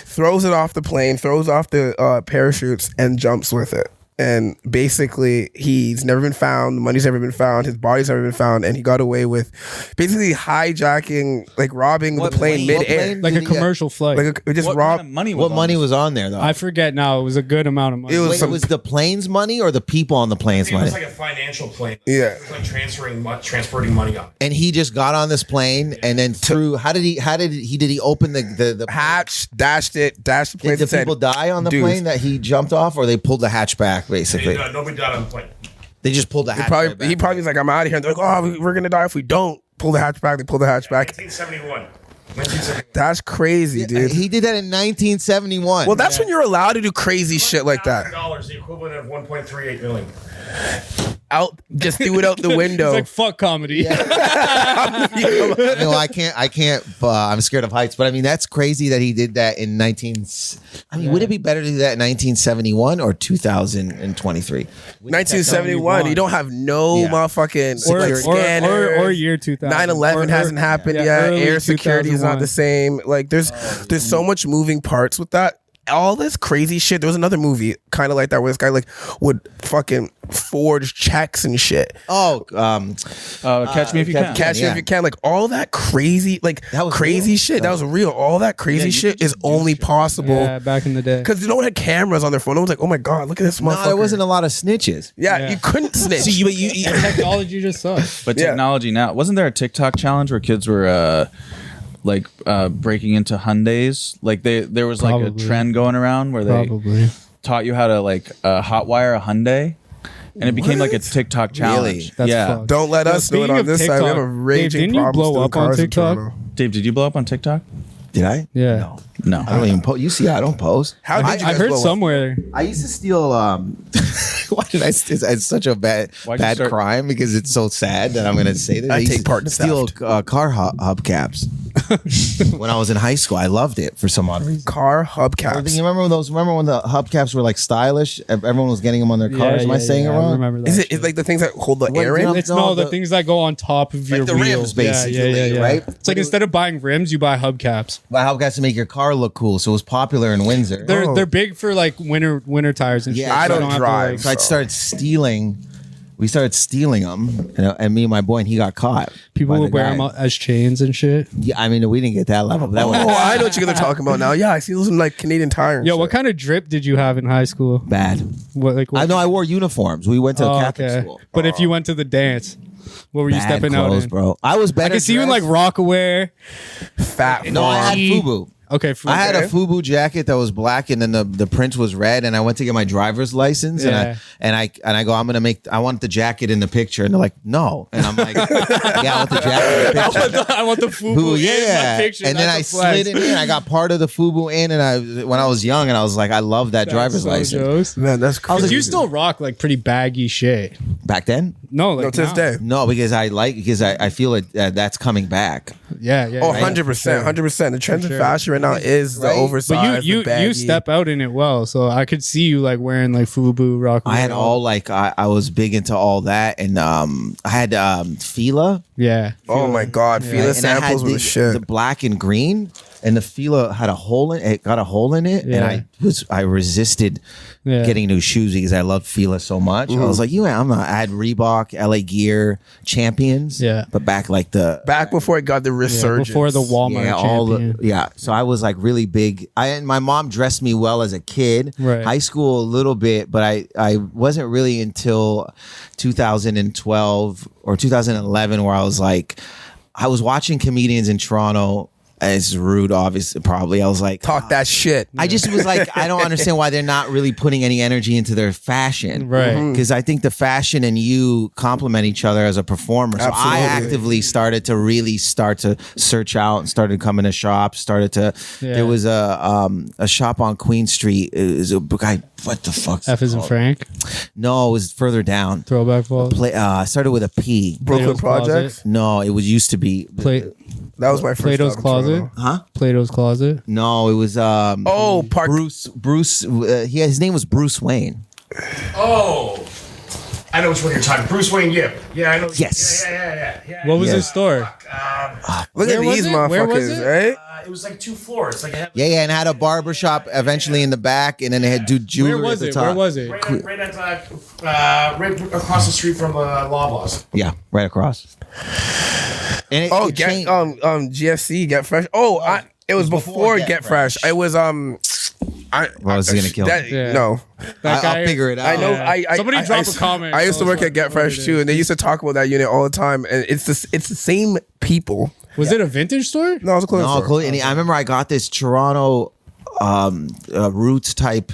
Throws it off the plane. Throws off the uh, parachutes and jumps with it. And basically, he's never been found. The money's never been found. His body's never been found. And he got away with basically hijacking, like robbing
What
the plane
plane? What
midair.
plane?
Like a
Did he-
commercial flight.
Like a, just
What
robbed.
kind of money? Was
What
on
money
this?
was on there though?
I forget now. It was a good amount of money.
it was
Wait,
some.
was the plane's money or the people on the plane's
it was
money?
like a financial plane.
Yeah.
It was like transferring mon- transporting money on. it.
and he just got on this plane and then threw. How did he? How did he? Did he open the the, the
hatch dashed it. Dashed the plane.
Did the
and said,
people die on the
"Dude,
plane that he jumped off, or they pulled the hatch back? Basically,
They- uh, nobody died on the plane.
they just pulled the
He
hatch. back.
probably he probably was like, I'm out of here. And they're like, oh, we- we're gonna die if we don't pull the hatch back. They pull the hatch back.
1971. 1971.
That's crazy, dude.
He did that in 1971.
Well, that's when you're allowed to do crazy shit like that.
Dollars, the equivalent of 1.38 million.
Out, just threw it out the
It's
window.
like fuck comedy.
I mean, well, I can't. I can't. Uh, I'm scared of heights. But I mean, that's crazy that he did that in 19. I mean, would it be better to do that in 1971 or 2023?
1971. You don't have no
Yeah.
motherfucking
Or,
like,
or, or,
scanners.
or year 2000.
9/11
Or- or-
hasn't happened
yeah,
yet.
early
Air security is
2001.
not the same. Like there's there's so much moving parts with that. All this crazy shit. There was another movie kind of like that where this guy like would fucking forge checks and shit.
Oh, um,
Uh, catch me if you
Catch-
can.
Catch-
Cash
Oh, Yeah.
if you can. Like all that crazy, like
That was
crazy
real.
shit. That was real. All that crazy
you
shit
could
is only
Yeah,
possible
back in the day.
because no one had cameras on their phone. I was like, oh my god, look at this
no,
motherfucker.
there wasn't a lot of snitches.
yeah,
Yeah.
you couldn't snitch.
See, you, but you, you-
Technology just sucks.
but
Yeah.
technology now. Wasn't there a TikTok challenge where kids were uh, like uh, breaking into Hyundais? Like they there was like a
Probably.
trend going around where they
Probably.
taught you how to like uh, hotwire a Hyundai. and it became like a TikTok challenge.
Really?
That's
yeah,
fucked.
Don't let
Yo,
us do it
speaking
on
of
this side. We have a
TikTok, Dave,
raging
didn't you
problem
blow
stealing
up on
cars in
TikTok?
Toronto.
Dave, did you blow up on TikTok?
Did I?
Yeah.
No.
No,
I don't even post. You see, I don't post.
How did you
I
guys
heard
blow up?
somewhere.
I used to steal. Um, why did I? It's, it's such a bad
Why'd you
bad
start-
crime because it's so sad that I'm going to say that.
I
used
take
to
part in
steal
theft.
uh, car hu- hubcaps. when I was in high school, I loved it for some odd reason.
Car
I think- You
hubcaps.
remember when those? Remember when the hubcaps were like stylish? Ev- Everyone was getting them on their cars.
Yeah,
Am I
yeah,
saying
yeah,
it
I
wrong?
remember that.
Is it it's like the things that hold the
What-
air
you
in?
know-
It's no, the,
the-
things that go on top of your
the
wheel.
rims,
yeah, yeah, yeah,
basically,
yeah.
right?
It's like instead of buying rims, you buy hubcaps.
Well, hubcaps to make your car look cool, so it was popular in Windsor.
They're
Oh.
they're big for like winter winter tires and
Yeah,
shit.
I
so
don't
have to,
drive.
like-
so I'd start stealing. We started stealing them, you know, and me and my boy, and he got caught.
people
by
would
the
wear
guy.
them as chains and shit.
Yeah, I mean, we didn't get that level. but That
Oh,
was
I know what you're gonna talk about now. Yeah, I see those in like Canadian tires.
Yo, what kind of drip did you have in high school?
bad.
What like what?
I know I wore uniforms. We went to
Oh,
a Catholic
okay.
school. Oh,
But if you went to the dance, what were you
Bad
stepping out
clothes,
in?
bro. I was better.
I can see you in like
dressed.
Rockaware.
fat?
No, I had
farm.
FUBU.
Okay, for,
I had a FUBU jacket that was black, and then the, the print was red. And I went to get my driver's license,
Yeah.
and I and I and I go, I'm gonna make. I want the jacket in the picture, and they're like, no. And I'm like, yeah, I want the jacket in the picture.
I want the
Fubu,
fubu.
yeah.
in my picture.
and then I
That's a flex.
slid it in. I got part of the Fubu in, and I when I was young, and I was like, I love that
That's
driver's
so
license
jokes.
Man, that's crazy.
Cause you still rock like pretty baggy shit.
back then.
No, like
no to this
now.
day.
No, because I like because I, I feel it uh, that's coming back.
Yeah, yeah.
Oh,
yeah.
100 percent, hundred percent. The trend in
sure.
fashion right now is the
Right?
oversized.
But you
the
you you
baggy.
step out in it well, so I could see you like wearing like FUBU rock.
I had all like I, I was big into all that, and um I had um Fila.
Yeah.
Oh my god, Fila
and I had
samples were the shit.
the black and green, and the Fila had a hole in it. Got a hole in it, and
Yeah.
I was I resisted
Yeah.
getting new shoes because I loved Fila so much. I
Mm.
was like, you, know, I'm not. I had Reebok, LA Gear, Champions,
Yeah.
but back like the
Back before it got the resurgence.
Before the Walmart
yeah, all
champion.
the, yeah. So I was like really big. I and my mom dressed me well as a kid.
Right.
High school a little bit, but I I wasn't really until 2012 or 2011 where I was like, I was watching comedians in Toronto. It's rude, obviously. Probably I was like,
Talk that shit.
I just was like, I don't understand why they're not really putting any energy into their fashion.
Right.
Mm-hmm.
Mhm.
Because I think the fashion and you complement each other as a performer. So I
Absolutely.
actively started to really start to search out and started coming to shops, started to,
Yeah.
there was a, um, a shop on Queen Street. It was a guy, what the fuck?
F is in Frank.
No, it was further down.
Throwback balls.
Play, uh, I started with a P.
Brooklyn
Plato's Closet.
Projects.
No, it was used to be.
Play,
That was my first.
Plato's
time in
Closet.
Toronto.
Huh?
Plato's Closet.
No, it was um,
Oh,
Mm-hmm.
Park.
Bruce. Bruce. Uh, he, his name was Bruce Wayne.
Oh, I know which one you're talking. Bruce Wayne Yip. Yeah, I know.
Yes.
Yeah, yeah, yeah. yeah, yeah
What was
Yeah.
his store?
Look at
Where was
these
it? Where was
motherfuckers,
it?
right?
Uh, it was like two floors. Like I had
Yeah, yeah, and had a barber shop eventually in the back, and then they had do jewelry
Where was
at the
it?
top.
Where was it?
Right, at, right at uh, uh, right across the street from uh, Loblaws.
Yeah, right across. And it,
Oh,
it
get
changed.
um um GFC, get fresh. Oh, I, it was before Get, Fresh. It was um. I,
I was
I-
gonna kill
that-
him. Yeah.
No,
I, I'll figure it out.
I know.
Yeah.
I, I
Somebody
I,
drop
I
a
used-
comment.
I used to
Tell
work
us
at Get
what it
Fresh
is.
too, and they used to talk about that unit all the time. And it's the it's the same people.
Was it a vintage store?
No, it was a clothes
No,
store.
cool. And I remember I got this Toronto um uh, roots type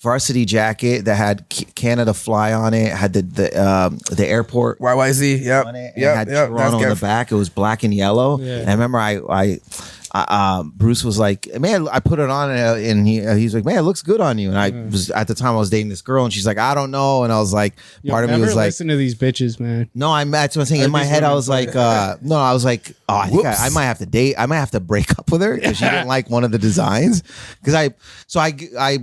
varsity jacket that had C- Canada fly on it, had the the um, the airport
YYZ. Yep.
on it, and
Yep.
had
Yep. That's
Toronto in the
Get
back. It was black and yellow.
Yeah.
And I remember I, I, I um, Bruce was like, "Man, I put it on," and, uh, and he uh, he's like, "Man, it looks good on you." And I
Mm.
was at the time I was dating this girl, and she's like, "I don't know," and I was like,
Yo,
part of me
never
was like.
listen to these bitches, man.
No, I'm. That's what I'm saying. In my
these
head, I
women
was like, uh, no, I was like, oh, I, think
Whoops.
I, I might have to date. I might have to break up with her because she didn't like one of the designs. Because I, so I, I,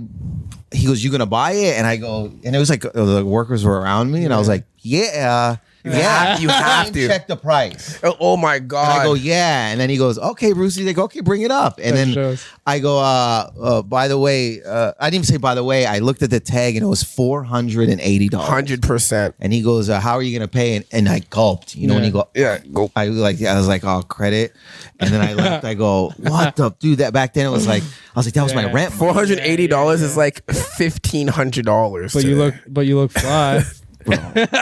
he goes, you gonna buy it? And I go, and it was like uh, the workers were around me, and I was like, yeah, yeah,
you have
And
to.
check the price.
Oh, oh my
And
god.
I go, yeah. And then he goes, okay, Brucey. They go, okay, bring it up. And then
shows.
I go, uh, uh, by the way, uh, I didn't even say by the way. I looked at the tag and it was four hundred and eighty dollars.
Hundred percent.
And he goes, uh, how are you gonna pay? And, and I gulped. You know, when
Yeah.
you go,
Yeah. Go.
I like I was like, oh credit, and then I left. I go, what the dude? That back then it was like I was like that was my
Yeah.
rent. money.
Four hundred eighty dollars is like fifteen hundred dollars.
But you look, but you look fly.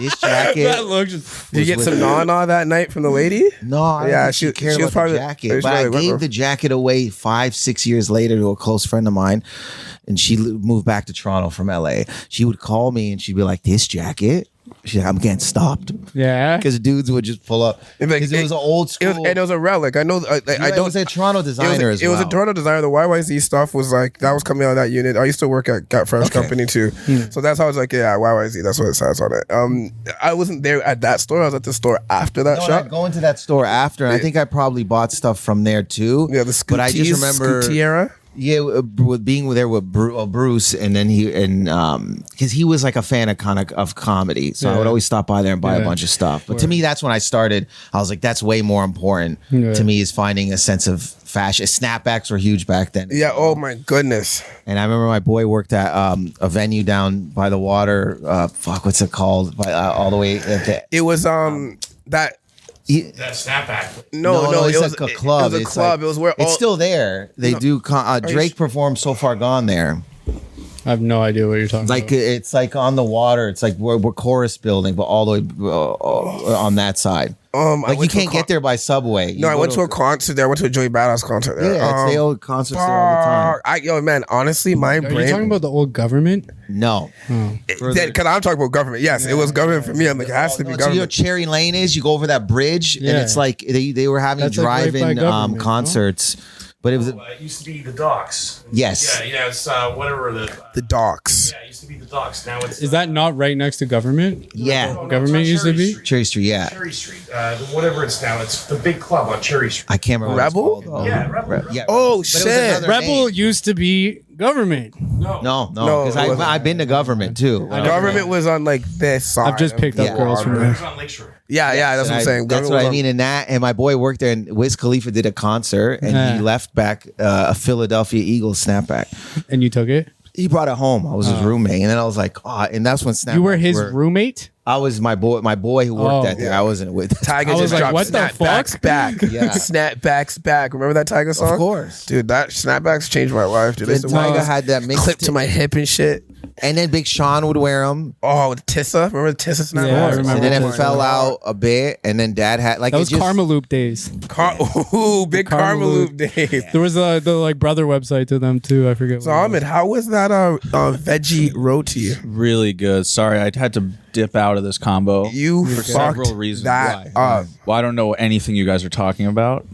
This jacket.
That looks
Did you
was
get
with
some
it.
na na that night from the lady?
Mm-hmm. No, I
Yeah,
yeah, she,
she-
cared
she was
about
probably-
the
she was
jacket. But I
probably with her.
gave the jacket away five, six years later to a close friend of mine, and she l- moved back to Toronto from LA. She would call me and she'd be like, "This jacket." She's like, "I'm getting stopped."
yeah.
Because dudes would just pull up.
It
'Cause it, was an old school.
It was, and it was a relic. I know. I, I, I
Yeah, it
don't.
was a Toronto
It
designer
was,
as
it was a
well.
Toronto designer. The YYZ stuff was like that was coming out of that unit. I used to work at Got Fresh Company too,
Hmm.
so that's how I was like, yeah, YYZ. That's what it says on it. Um, I wasn't there at that store. I was at the store after that
No, and
shop.
I'd go into that store after, and I think I probably bought stuff from there too.
yeah, the
but I just
Scooties,
remember,
Scootierra.
yeah, uh, with being there with Bru- uh, Bruce, and then he and um, because he was like a fan of con- of comedy, so I would always stop by there and buy a bunch of stuff. But to me, that's when I started. I was like, that's way more important to me is finding a sense of fashion. Snapbacks were huge back then.
Yeah. Oh my goodness.
And I remember my boy worked at um, a venue down by the water. Uh, fuck, what's it called? By, uh, all the way at the
It was um that.
That snapback.
No, no,
it's
it was
like a club.
It, was a
It's
club.
like-
it was where all,
it's still there. They do con- uh,
you
Drake
sh-
performed "So Far Gone" there.
I have no idea what you're talking
Like
about.
it's like on the water. It's like we're, we're chorus building, but all the way uh, uh, on that side.
Um, I
like you
went to a
can't
con-
get there by subway. You
No, I
go
went to a concert there. I went to a Joey Badass concert there.
yeah.
Um,
it's, they hold concerts there all the time.
fuck. I, yo, man, honestly, my
Are you
brain.
talking about the old government?
No,
Because I'm talking about government. Yes, it was government for me. I'm like, it has to be
So you know,
government.
Cherry Lane is. You go over that bridge, and
Yeah.
it's like they, they were having
That's, like, right
drive-in
by
um,
government, no?
concerts, but it was
Uh, it used to be the docks.
Yes.
Yeah, yeah, it's uh, whatever the. Uh,
The docks.
yeah, it used to be the docks. Now it's. uh,
Is that not right next to government?
No, no,
yeah,
it's
Government
on
used to
Cherry
be?
Street.
Cherry Street. Yeah,
Cherry Street. Uh, the- whatever it's now, it's the big club on Cherry Street.
I can't remember. what it's
Rebel?
called, though.
yeah, Rebel. Rebel.
Yeah.
Oh,
But it was
shit.
another
Rebel
name.
used to be government.
No.
No,
No, no, because
it wasn't.
I've been to government too.
Government was on like this side.
I've just
of
picked
the
up girls from
It
there.
was on Lakeshore.
Yeah, yeah, that's what I'm
I-
saying.
That's
Government
what
was
I
on-
mean. And that, and my boy worked there, and Wiz Khalifa did a concert, and
Yeah.
he left back uh, a Philadelphia Eagles snapback.
And you took it?
He brought it home. I was his roommate, and then I was like, ah, and that's when snap.
Oh. You were his roommate?
I was my boy. My boy who worked
Oh.
at there. I wasn't with.
Tiger
I was
just
like,
dropped
what the
snapbacks
fuck?
back.
Yeah.
Snapbacks back. Remember that Tiger song?
Of course.
Dude, that snapbacks changed my life, dude. I used
And
to
Tiger
wear
had that
this
mix
clip to my hip and shit.
and then Big Sean would wear them,
Oh, with Tissa. Remember the Tissa snapbacks?
Yeah, I remember.
and then it
Lord.
fell out a bit, and then Dad had like
That
it
was
just-
Karma Loop days.
Car- Ooh, big
Karma
Karma Loop
Loop.
Dave.
There was a, the like brother website to them too. I forget.
So
what it
Ahmed, how was that uh, uh, veggie roti?
Really good. Sorry, I had to dip out of this combo.
You
for
fucked
several reasons.
that
why.
up.
Well, I don't know anything you guys are talking about,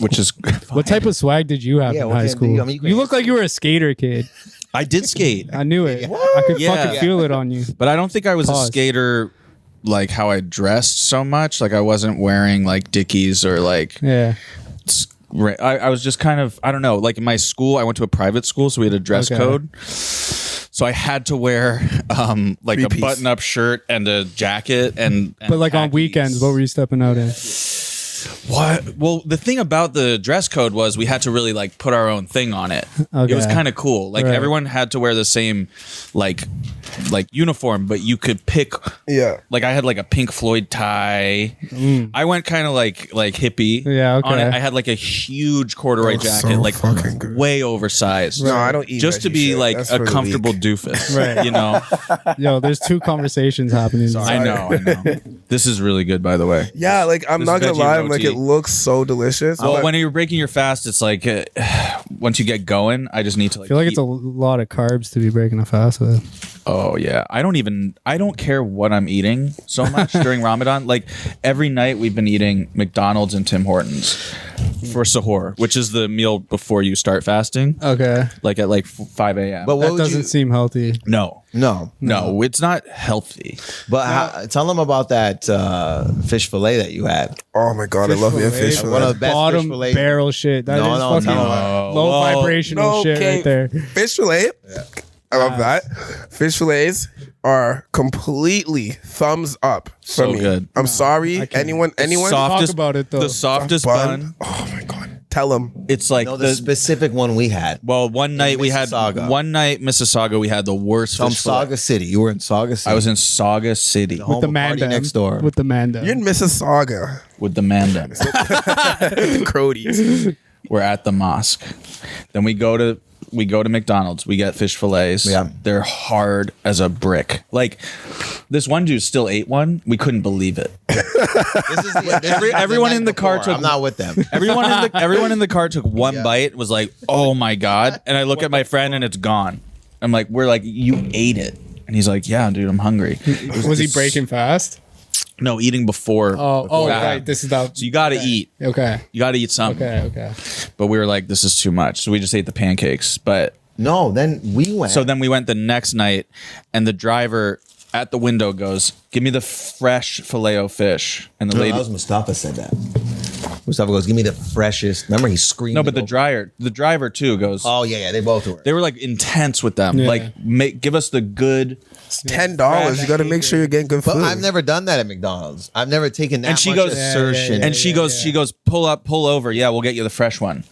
which is
What type of swag did you have
Yeah,
in
what
high
can-
school?
I mean, you
you
can-
look like you were a skater kid.
I did skate,
I knew it. I could
Yeah.
fucking feel it on you.
but I don't think I was
Pause.
a skater like how I dressed so much. Like I wasn't wearing like Dickies or like
Yeah.
s- ra- I, I was just kind of I don't know. Like in my school, I went to a private school, so we had a dress
Okay.
code. So I had to wear um, like a
Three-piece.
button-up shirt and a jacket, and, and
But like on
khakis.
weekends, what were you stepping out in?
What? Well, the thing about the dress code was we had to really like put our own thing on it. It was
Okay.
kind of cool. Like
Right.
everyone had to wear the same like like uniform, but you could pick
Yeah.
like I had like a Pink Floyd tie. I went kind of like like hippie.
Mm. Yeah, okay.
On it. I had like a huge corduroy
That's
jacket,
so
like
fucking good.
way oversized.
No, I don't eat
Just to
veggie
be
shit.
like
That's for
a
the
comfortable
weak.
doofus,
Right.
You know.
Yo, there's two conversations happening.
I know. I know. This is really good, by the way.
Yeah, like I'm
This
not gonna
veggie
lie, I'm like it
roti.
looks so delicious.
Well,
but-
when you're breaking your fast, it's like uh, once you get going, I just need to like.
I feel like it's a lot of carbs to be breaking a fast with.
Oh yeah, I don't even. I don't care what I'm eating so much during Ramadan. Like every night we've been eating McDonald's and Tim Hortons for sahur, which is the meal before you start fasting,
Okay.
like at like f- five a.m.
But what
That
would
doesn't
you?
seem healthy.
no,
no,
no, it's not healthy.
But how, tell them about that uh, fish fillet that you had.
oh my god, I love your
fillet.
fish.
One of the best
Bottom
fish fillet.
barrel shit. That is
No, no,
fucking
no.
low
Well,
vibrational shit right there.
Fish fillet. I love that. Fish fillets are completely thumbs up for
So
me.
good.
I'm sorry, anyone, anyone.
Soft- about it, though.
The softest
bun.
bun.
Oh my god, tell them.
It's like
No, the,
the.
specific one we had.
well, one night we had
Mississauga.
one night Mississauga. We had the worst.
From
fish fillet.
Saga City. You were in Saga City.
I was in Saga City
home
The
of Party
mandem.
next door.
With the mandem.
You're in Mississauga,
with the mandem.
Crody's.
We're at the mosque. Then we go to we go to McDonald's. We get fish fillets.
Yeah.
They're hard as a brick. Like This one dude still ate one. We couldn't believe it.
This is the, this
Every-
is
everyone
night
in the car
before.
took-
I'm not with them.
Everyone in the everyone in the car took one bite and was like, "Oh my god!" And I look at my friend and it's gone. I'm like, "We're like, you ate it." And he's like, "Yeah, dude, I'm hungry." It
Was he
this-
breaking fast?
No, eating before.
Oh, oh,
Yeah.
right. This is that.
So you got to eat.
Okay,
You got to eat something.
okay, okay.
But we were like, "This is too much," so we just ate the pancakes. But
No, then we went.
So then we went the next night, and the driver at the window goes, "Give me the fresh filet o fish." And the
no,
lady,
that was Mustafa said that. Mustafa goes, "Give me the freshest." Remember, he screamed.
no, but the
over-
dryer, the driver too goes.
Oh yeah, yeah, they both were.
They were like intense with them.
Yeah.
Like, make, give us the good.
Ten dollars. You got to make sure you're getting good food.
but I've never done that at McDonald's. I've never taken that
And she
much
goes- Yeah,
assertion.
yeah,
and she goes, she goes, pull up, pull over. Yeah, we'll get you the fresh one.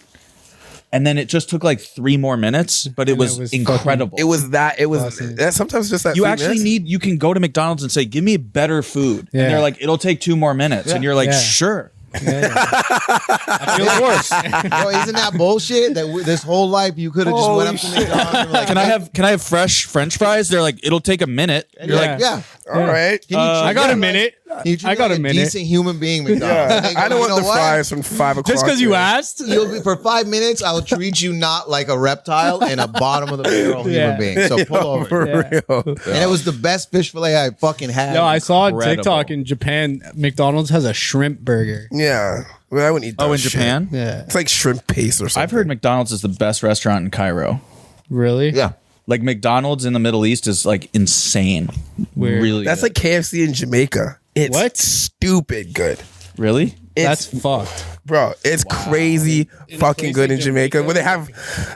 And then it just took like three more minutes, but it
And
was,
it was
incredible.
It was that. It was
Awesome.
that. Sometimes just that.
you
three
actually
minutes.
need. You can go to McDonald's and say, "Give me better food,"
Yeah.
and they're like, "It'll take two more minutes," and you're like,
Yeah.
"Sure."
Yeah, yeah. I feel worse.
Yo, isn't that bullshit? That we, this whole life you could have just went up to McDonald's. And were like,
can I have can I have fresh French fries? They're like, it'll take a minute. You're
yeah.
like,
Like, yeah.
All right.
Can you
Uh,
treat
I got
me
a
like-
minute.
can you treat
I
me
got
like
a minute.
Decent human being, McDonald's.
Yeah.
They go,
I don't
"You
want
know
the
what?
fries from five o'clock.
Just because you
today.
asked.
You'll be for five minutes. I'll treat you not like a reptile and a bottom of the barrel
Yeah.
human being. So pull over.
For real.
And it was the best fish fillet I fucking had.
No, I saw on
Incredible.
TikTok in Japan, McDonald's has a shrimp burger.
Yeah. Well, I wouldn't eat. That
oh, in
shit.
Japan,
Yeah,
It's like shrimp paste or something.
I've heard McDonald's is the best restaurant in Cairo.
really?
yeah.
Like McDonald's in the Middle East is like insane.
Weird.
Really,
that's
good.
like KFC in Jamaica. It's
What?
stupid good.
really.
that's
It's
fucked.
bro. It's crazy fucking
place
good
like
in Jamaica
Jamaica?
when they have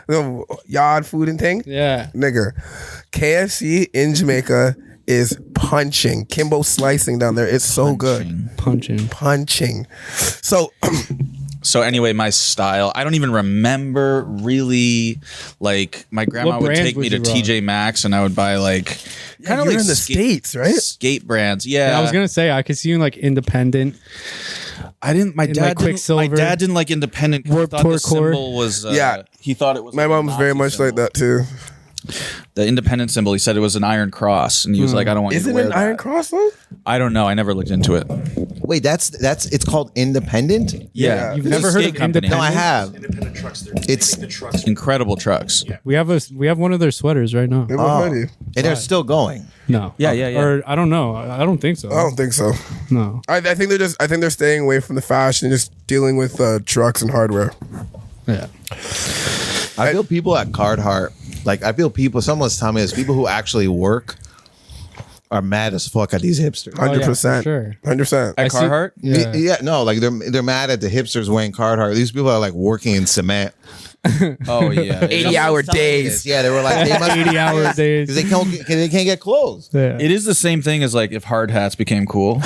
the yard food and thing.
Yeah,
Nigga, KFC in Jamaica is punching. Kimbo slicing down there. It's so good.
punching.
Punching. So
So anyway, my style. I don't even remember really. Like my grandma
What
would
brands
take me
would
to
you rock?
TJ Maxx, and I would buy like kind of
you're
like
in the
skate-
States, right?
Skate brands. Yeah,
I was gonna say I could see you in like independent.
I didn't. My
In,
dad.
like,
didn't,
Quicksilver.
My dad didn't like independent. 'cause He
Warped
thought
Tour
the
Core.
symbol was. Uh,
Yeah.
He thought it was.
my
like a
mom's very
Nazi
much
symbol.
like that too.
the independent symbol. He said it was an iron cross, and he was like, "I don't want." you
Is
to
it
wear
an
that."
Iron Cross though?
I don't know. I never looked into it.
Wait, that's that's it's called independent.
Yeah,
You've
It's a
never heard
skate
of
company.
No, I
Independent?
have.
Independent trucks. They're
It's-
it's the trucks.
incredible trucks.
We have a we have one of their sweaters right now.
Never
Oh.
heard
And
you.
they're still going.
No.
Yeah, yeah, yeah.
Or I don't know. I I don't think so.
I don't think so.
No.
I, I think they're just. I think they're staying away from the fashion, and just dealing with uh, trucks and hardware.
Oh, Yeah.
I feel people at Cardheart, like I feel people. Someone's telling me this. People who actually work are mad as fuck at these hipsters.
Hundred percent.
sure.
Hundred percent.
At Carhartt,
Yeah.
Yeah.
no, like they're they're mad at the hipsters wearing Cardheart. These people are like working in cement.
oh yeah,
Eighty hour days.
Yeah, they were like they must,
Eighty hour days.
'cause they can't get- they can't get clothes.
Yeah.
it is the same thing as like if hard hats became cool.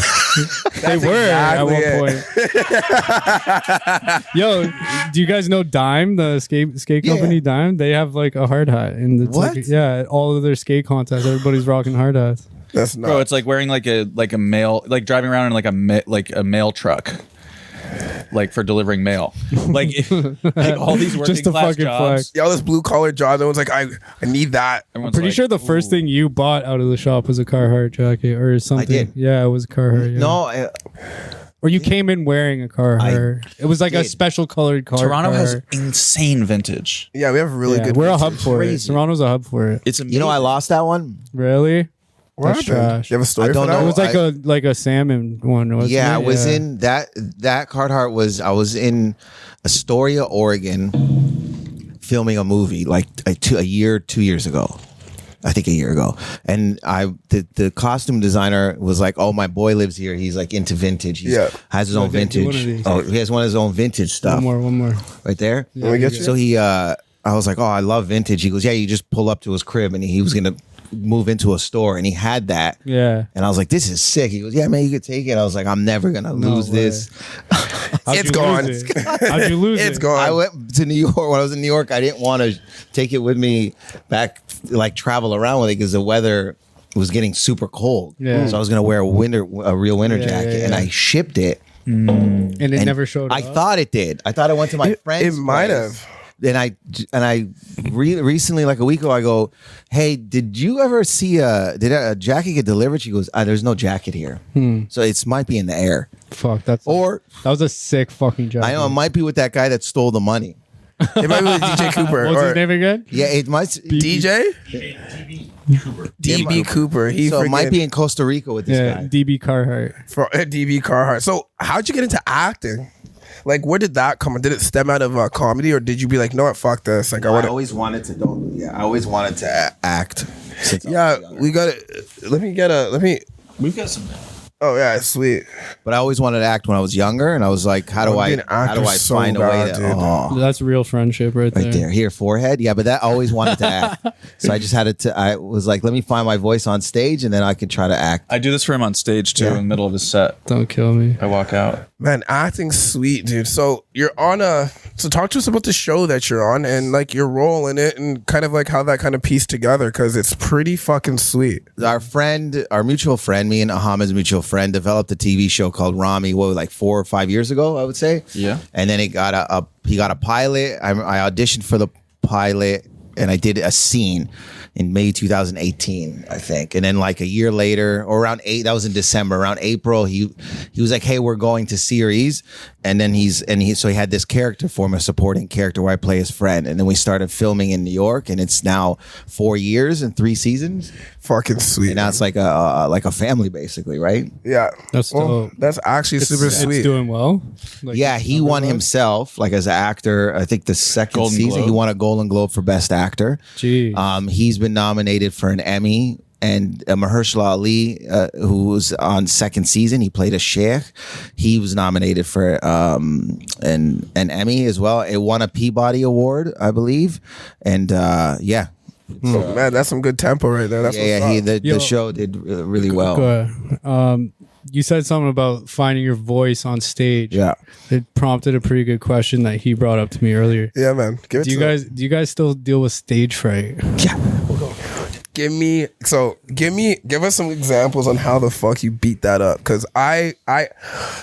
they were at
exactly
one
it.
point. Yo, do you guys know Dime, the skate skate
Yeah.
company Dime? They have like a hard hat and it's
What?
like yeah, at all of their skate contests, everybody's rocking hard hats.
That's not.
Bro, it's like wearing like a like a mail like driving around in like a ma- like a mail truck. Like for delivering mail, like, if- like all these working
Just a
class
fucking
jobs.
yeah, all this blue collar job. Everyone's like, I, I need that.
everyone's
Pretty
like,
sure the first thing you bought out of the shop was a Carhartt jacket or something.
did.
Yeah, it was a Carhartt. Yeah.
No, uh, I,
or you came in wearing a Carhartt. it was like a
did.
special colored car.
Toronto has
Carhartt.
insane vintage.
Yeah, we have really
Yeah,
good.
we're a
vintage.
hub for it. Toronto's a hub for it.
It's amazing.
you know I lost that one.
Really?
What
That's
happened?
trash.
You have a story
I don't
for that?
know.
It
one?
was like
I-
a like a salmon one. Wasn't
yeah,
it?
I was in that that Carhartt was I was in Astoria, Oregon, filming a movie like a, two, a year, two years ago. I think a year ago, and I the, the costume designer was like, "Oh, my boy lives here. He's like into vintage. He
Yeah.
has his own
Okay, do one of
vintage.
these.
Oh, he has one of his own vintage stuff
One more, one more.
right there.
Let me get you.
So he, uh, I was like, oh, I love vintage. He goes, yeah, you just pull up to his crib, and he was gonna move into a store, and he had that.
Yeah.
And I was like, this is sick. He goes, yeah, man, you could take it. I was like, I'm never going to lose
way.
this.
How'd
It's
you
gone.
lose it? How'd you lose
it's
it?
gone.
I went to New York. When I was in New York, I didn't want to take it with me back, like travel around with it because the weather was getting super cold.
Yeah.
So I was going to wear a winter, a real winter
Yeah,
jacket.
yeah,
And
yeah.
I shipped it.
And it
And
never showed
I
up.
thought it did. I thought it went to my friend's.
it might
place.
have.
and I and I re- recently, like a week ago, I go, "Hey, did you ever see a did a jacket get delivered?" She goes, ah, "There's no jacket here,
Hmm.
so it's might be in the air."
Fuck, that's
Or
that was a sick fucking job.
I know it might be with that guy that stole the money.
It might be with DJ Cooper
What's his
or
name again?
Yeah, it might.
DJ
DB Cooper.
DB Cooper. He
so it might
friggin-
be in Costa Rica with this
Yeah,
guy.
DB Carhart.
for at DB Carhart. So how'd you get into acting? Like, where did that come? Did it stem out of uh, comedy, or did you be like, no, fuck this? Like, I want to.
always wanted to don't. Yeah, I always wanted to a- act. since I was
Yeah,
younger.
we got it. Let me get a. Let me.
We've got some.
Oh yeah, sweet.
but I always wanted to act when I was younger, and I was like, how
I
do
wanna
I?
be an
How do
actor
I
so
find a way
bad,
to?
dude.
Oh.
That's real friendship right,
Right there, here, forehead. Yeah, but that I always wanted to act. so I just had it to, I was like, let me find my voice on stage and then I could try to act.
I do this for him on stage too, in the middle of his set.
Don't kill me.
I walk out.
Man, acting's sweet, dude. So you're on a. So talk to us about the show that you're on and like your role in it and kind of like how that kind of pieced together because it's pretty fucking sweet.
Our friend, our mutual friend, me and Ahmad's mutual friend, developed a TV show called Rami, what, like four or five years ago, I would say.
Yeah.
And then it got a, a he got a pilot. I, I auditioned for the pilot and I did a scene in May 2018, I think. And then like a year later, or around eight, that was in December, around April, he he was like, Hey, we're going to series. And then he's and he so he had this character form a supporting character where I play his friend. And then we started filming in New York, and it's now four years and three seasons.
Fucking sweet.
And now it's like a uh, like a family basically, right?
yeah.
That's
Well,
dope.
that's actually super
It's
sweet.
doing well. Like,
yeah, he won himself like as an actor. I think the second
Golden
season he
Globe.
won a Golden Globe for Best Actor.
Jeez.
Um, he's been nominated for an Emmy. And uh, Mahershala Ali, uh, who was on second season, he played a sheikh. He was nominated for um, an an Emmy as well. It won a Peabody Award, I believe. And uh, yeah,
Oh, man, that's some good tempo right there. That's
yeah, yeah.
what's
He
up.
the,
Yo.
the show did uh, really well.
Good. Um, you said something about finding your voice on stage.
Yeah.
It prompted a pretty good question that he brought up to me earlier.
yeah, man. Give it
Do
to
you
him.
guys do you guys still deal with stage fright?
give me so give me give us some examples on how the fuck you beat that up because i i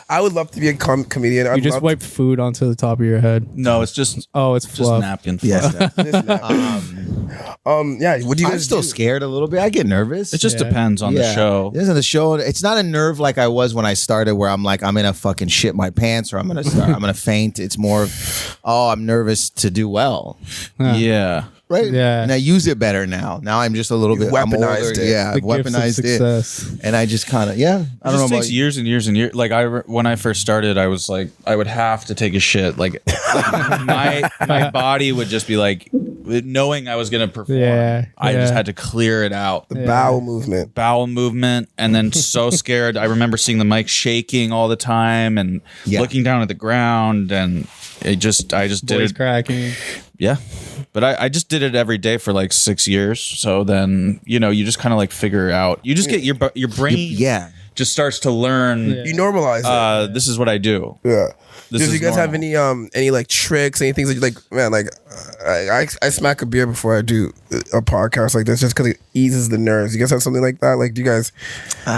i would love to be a com- comedian
You
i'd
just
love
wipe food onto the top of your head.
No, it's just
Oh, it's
just
fluff.
napkin. Fluff.
Yes,
um yeah what do you guys
I'm still
do?
scared a little bit. I get nervous.
It just depends on the show.
This is the show. It's not a nerve like I was when I started, where I'm like, I'm gonna fucking shit my pants, or I'm gonna start, I'm gonna faint. It's more, of, oh, I'm nervous to do well,
Yeah.
right?
Yeah.
And I use it better now. Now I'm just a little bit I'm
weaponized
older.
it.
Yeah, I've
The gifts of
weaponized
success.
it, and I just kind of yeah.
It
I don't know
just
about
takes
you.
years and years and years. Like I, re- when I first started, I was like, I would have to take a shit. Like my my body would just be like, knowing I was gonna perform.
Yeah,
I just
yeah.
had to clear it out.
the bowel movement
bowel movement and then so scared. I remember seeing the mic shaking all the time and
Yeah.
looking down at the ground and it just I just did
Voice
it.
cracking.
Yeah. But I, I just did it every day for like six years. So then, you know, you just kind of like figure out, you just get your, bu- your brain
yeah.
just starts to learn,
you normalize it
uh, this is what I do.
yeah
This
Does
is
you guys have
normal.
any um any like tricks, any things that you like? Man, like uh, I, I I smack a beer before I do a podcast like this just because it eases the nerves. You guys have something like that? Like, do you guys?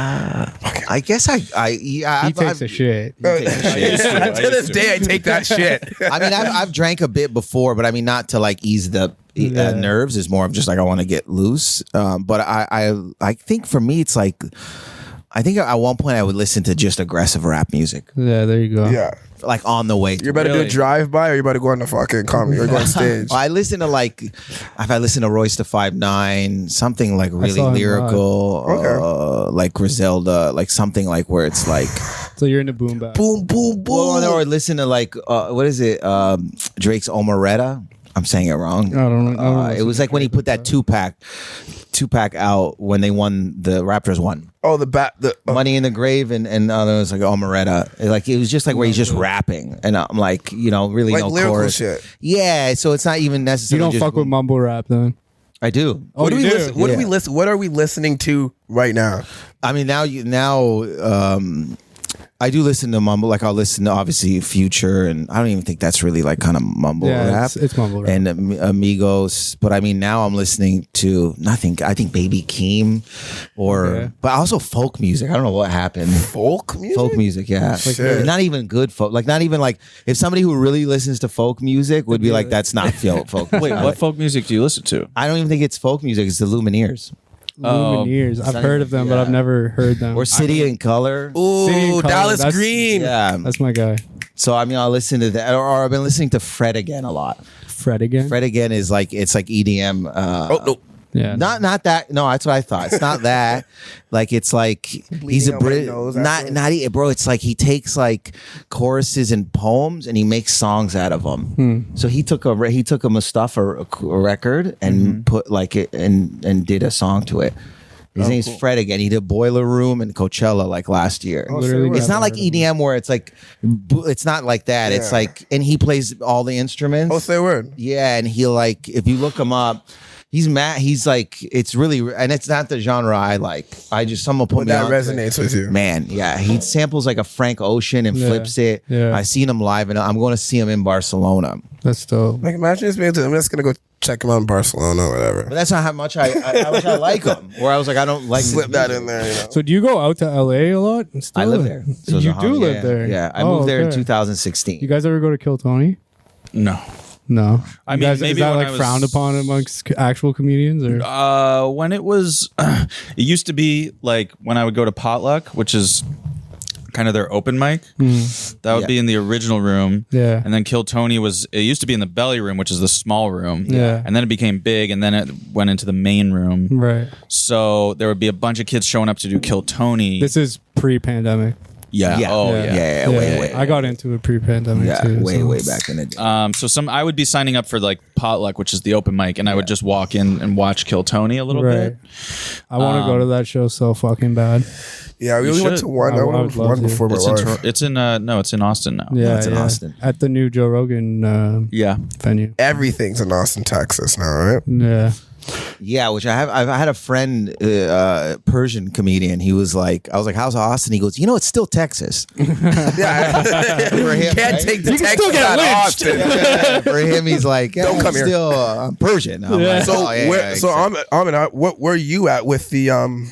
I guess I I yeah.
He
I've,
takes
I've-
a shit.
I used to, I
to this
used to.
day, I take that shit.
I mean, I've, I've drank a bit before, but I mean, not to like ease the uh, nerves. It's more of just like I want to get loose. Um, but I, I, I think for me, it's like I think at one point I would listen to just aggressive rap music,
Yeah, there you go.
yeah,
like on the way.
you're about to do
Really?
a drive by, or you're about to go on the fucking comedy or go on stage.
I listen to like if I listen to Royce to Five Nine, something like really
saw him
lyrical,
Okay.
uh, like Griselda, like something like where it's like
So you're in a boom bag.
boom, boom, boom.
Well, no, or listen to like uh, what is it? Um, Drake's Omaretta. I'm saying it wrong.
I don't know- I don't
Uh, it
listen
was like when he put that two pack, two pack out when they won the Raptors won
Oh, the bat. The oh,
money in the grave and and uh, there was like Omaretta. Like it was just like where he's just rapping and I'm like you know really
Like
no
lyrical
chorus.
shit.
Yeah, so it's not even
You
necessary.
don't fuck with mumble rap then. Oh,
I do.
what do we
you do?
listen? What do we
Yeah.
listen? What are we listening to right now?
I mean now you now um I do listen to mumble. Like I'll listen to obviously Future, and I don't even think that's really like kind of mumble
Yeah,
rap.
it's- it's mumble rap.
and Am- Amigos. But I mean, now I'm listening to nothing. I think Baby Keem, or but also folk music. I don't know what happened.
Folk music.
Folk music, yeah. Like,
Shit.
Not even good folk. Like not even like if somebody who really listens to folk music would be like, that's not folk. folk.
Wait, what folk music do you listen to?
I don't even think it's folk music. It's the Lumineers
Lumineers. I've heard of them, but I've never heard them.
or City in Color.
City
Ooh,
Color,
Dallas
that's-
Green.
Yeah.
That's my guy,
So I mean, I listen to that, or, or I've been listening to Fred again a lot.
Fred again.
Fred again is like it's like EDM. Uh,
Oh no.
yeah,
Not not that. No, that's what I thought. It's not that. like it's like he's
Bleeding
a
out my
Brit.
nose
Not
afterwards.
not e- bro. It's like he takes like choruses and poems and he makes songs out of them.
Hmm.
So he took a re- he took a Mustafa a c- a record and
Mm-hmm.
put like it and and did a song to it. His
Oh,
name's Fred again. He did Boiler Room and Coachella like last year.
Oh,
Literally
it's
never
not like
heard of him.
EDM where it's like, bo- it's not like that. It's
Yeah.
like, and he plays all the instruments.
Oh, say a word.
Yeah, and he like if you look him up, he's mad. He's like it's really, and it's not the genre I like. I just someone
But
put me
that
on to it.
resonates with you.
Man, yeah, he samples like a Frank Ocean and
Yeah,
flips it.
yeah.
I seen him live, and I'm going to see him in Barcelona.
that's dope.
Like imagine just being able to, I'm just gonna go check him out in Barcelona or whatever.
But that's not how much I I, I, wish I like him. Where I was like, I don't like his
Slip that
music.
in there, you know.
So do you go out to LA a lot? and
I
still?
live there. So
you
Zahan-
do live
yeah,
there.
Yeah, I
Oh,
moved there in
okay.
2016.
You guys ever go to Kill Tony?
No.
No.
I
You
mean,
guys,
maybe
is that
when
like
I was-
frowned upon amongst c- actual comedians or
Uh, when it was, it used to be like when I would go to potluck, which is kind of their open mic. That would
Yeah.
be in the original room.
Mm-hmm. Yeah.
And then Kill Tony was. It used to be in the belly room, which is the small room.
Yeah.
And then it became big, and then it went into the main room.
right?
So there would be a bunch of kids showing up to do Kill Tony.
This is pre-pandemic.
yeah.
Yeah.
Oh
Yeah.
yeah.
Yeah, way, way,
I got into it pre-pandemic
yeah,
too.
way
so-
way back in the day.
Um, so some I would be signing up for like potluck, which is the open mic, and I would just walk in and watch Kill Tony a little
Right.
bit.
I want to go to
Um,
that show so fucking bad.
Yeah, we only went to
should.
one.
I
I,
would
went to
love
one
to.
before my
It's in, Tor-
wife.
it's in uh no, it's in Austin now.
Yeah,
it's in
yeah.
Austin.
at the new Joe Rogan uh,
Yeah.
venue.
Everything's in Austin, Texas now, right?
Yeah,
Yeah, which I have. I've, I had a friend, uh, uh, Persian comedian. He was like, I was like, "How's Austin?" He goes, "You know, it's still Texas."
Yeah,
For him,
can't
right?
take the text out of Austin.
For him, he's like, yeah,
Don't
I'm
come here."
Still uh, I'm Persian. I'm
Yeah.
like,
So,
"Oh, yeah,
where,
yeah,
so Ahmed, Ahmed, uh, what were you at with the um,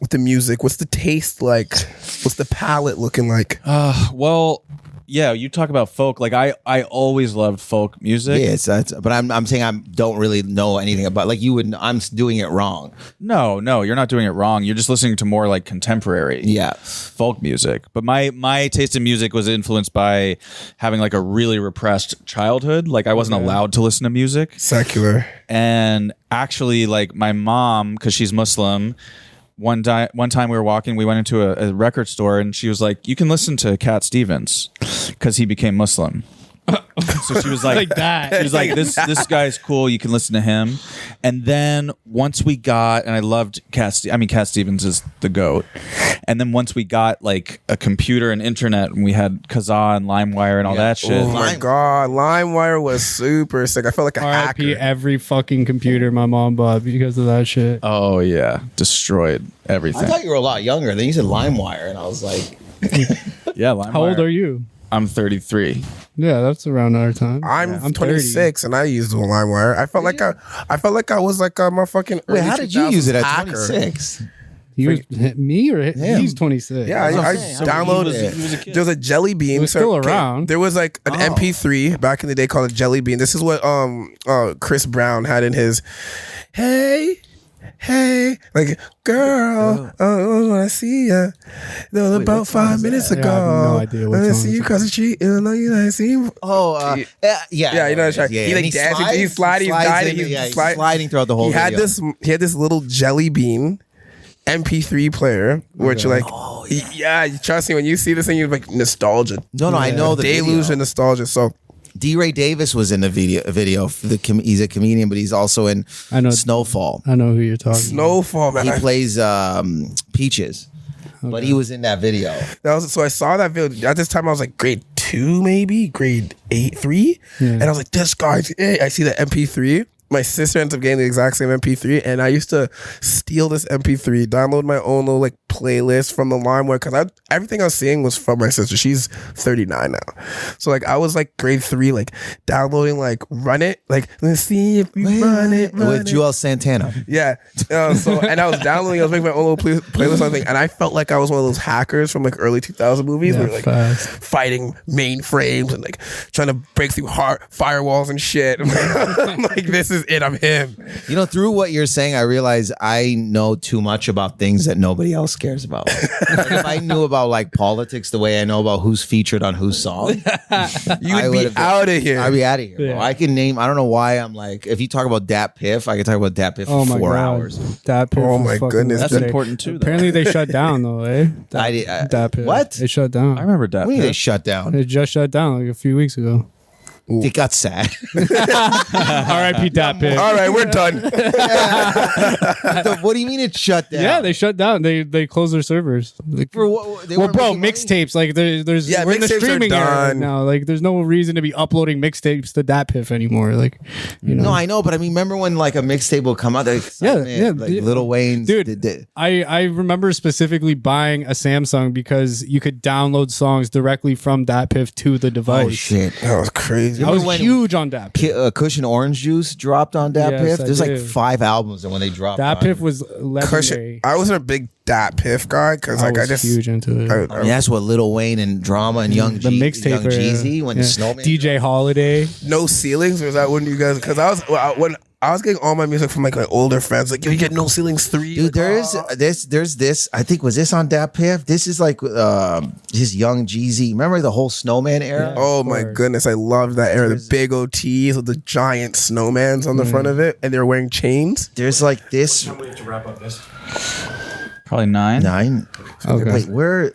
with the music? What's the taste like? What's the palette looking like?
Well, yeah, you talk about folk. Like I, I always loved folk music.
Yeah, it's, that's, but I'm, I'm saying I don't really know anything about like you would. I'm s- doing it wrong.
No, no, you're not doing it wrong. You're just listening to more like contemporary,
Yeah.
folk music. But my my taste in music was influenced by having like a really repressed childhood. Like I wasn't allowed to listen to music,
Secular.
and actually, like my mom, because she's Muslim. One di- one time we were walking, we went into a, a record store, and she was like, "You can listen to Cat Stevens, because he became Muslim." so she was like,
like
He
that.
was like, this this guy's cool. You can listen to him. And then once we got, and I loved Cat. Ste- I mean, Cat Stevens is the goat. And then once we got like a computer and internet, and we had Kazaa and LimeWire and all that shit.
Oh my
Lime-
god, LimeWire was super sick. I felt like a
RIP
hacker.
every fucking computer my mom bought because of that shit.
Oh yeah, destroyed
I
everything.
thought you were a lot younger. Then you said LimeWire, and I was like,
yeah, LimeWire.
How old are you?
I'm 33.
Yeah, that's around our time.
I'm,
I'm
26 and I used LimeWire. I felt like I, I felt like I was like a motherfucking.
"Wait,
early
how did you use it
2000s
at
hacker.
26?"
He was hit me or hit,
Him.
he's 26.
Yeah,
what
I, I
I'm saying. I mean, he
downloaded.
was- Oh.
it.
he
There was a Jelly Bean.
was
so-
still
okay,
around.
There was like an MP3 back in the day called a Jelly Bean. This is what um uh Chris Brown had in his. Hey, hey, like girl, uh, I want to see ya. That was about five minutes
that?
ago.
Yeah, I have no idea what
I didn't
song
see
it's
you across the street. and I know you didn't see. me.
Oh, uh, yeah, yeah,
Yeah, you know what I'm saying. He, like,
And
dances, he's sliding, he's
slides
diving,
in,
he's
yeah, he's
slide-
sliding throughout the whole.
He had
video.
this. He had this little Jelly Bean. MP3 player, which like,
Oh,
yeah. trust me. When you see this thing, you're like nostalgia.
No, no, I know the
deluge
video.
of nostalgia. So
D. Ray Davis was in the video. Video. For the com- he's a comedian, but he's also in
I know.
Snowfall.
I know who you're talking
Snowfall, man.
He
I-
plays um, Peaches, but he was in that video.
that was, so I saw that video. At this time, I was like grade two, maybe grade eight, three, and I was like, "This guy's it." I see the MP3, my sister ends up getting the exact same MP3, and I used to steal this MP3, download my own little like playlist from the LimeWire because I everything I was seeing was from my sister. She's 39 now, so like I was like grade three, like downloading like Run It, like let's see if we run it, run
with
it.
Joel Santana.
Yeah. Uh, so and I was downloading, I was making my own little play- playlist on thing, and I felt like I was one of those hackers from like early 2000 movies, where like fighting mainframes and like trying to break through hard firewalls and shit. I'm like, this is it. I'm him.
You know, through what you're saying, I realize I know too much about things that nobody else cares about. Like, if I knew about like politics the way I know about who's featured on whose song,
You'd
I
be
would've been-
out of here.
I'd be out of here. bro.
Yeah.
I can name. I don't know why I'm like. If you talk about Dat Piff, I could talk about Dat Piff
Oh
for
my
four
God.
hours.
That pair
Oh
was
my
fucking
goodness,
That's
sick.
important too. Though.
Apparently they shut down though, eh?
I did- I-
That pair.
what?
It shut down.
I remember that.
What do you mean they shut down?
It just shut down like a few weeks ago.
It got sad.
R.I.P. That pair.
All right, we're done.
what do you mean it shut down?
Yeah, they shut down. They they closed their servers. Like,
For what- they
well,
weren't
bro,
making money?
mixtapes like there, there's
Yeah,
we're in the
mixtapes are
streaming era right
done.
now. Like, there's no reason to be uploading mixtapes to that piff anymore. Like, you know,
No, I know, but I mean, remember when like a mixtape will come out? Like,
Yeah,
yeah,
yeah,
like
yeah.
Little Wayne's.
Dude.
did- did-
I I remember specifically buying a Samsung because you could download songs directly from that piff to the device.
oh shit.
That was crazy.
I was
when-
huge on that.
Ki- uh, Cushion Orange Juice dropped on Dat
Yes,
Piff.
I
There's like
did.
five albums, and when they dropped,
That
on-
piff was
Cush-
legendary.
I wasn't a big Dat Piff guy because
I
like I
was
just
huge into it.
I,
I mean,
I,
that's what Little Wayne and Drama and Young
Mm, the
G-
mixtape
Young
era.
Jeezy when the
Yeah.
Snowman
DJ Holiday.
no ceilings or is that when you guys? Because I was well, I- when I was getting all my music from like my older friends. Like yo, you get no ceilings three.
Dude,
like,
there is uh,
"Ah."
this. There's this. I think was this on Dat Piff. This is like um his Young Jeezy. Remember the whole Snowman era?
Oh my goodness, I loved that era. The big OTs with the giant snowmans
Mm-hmm.
on the front of it, and they were wearing chains.
There's like this
Time we have to wrap up this.
Probably nine.
nine.
Okay.
Wait, where?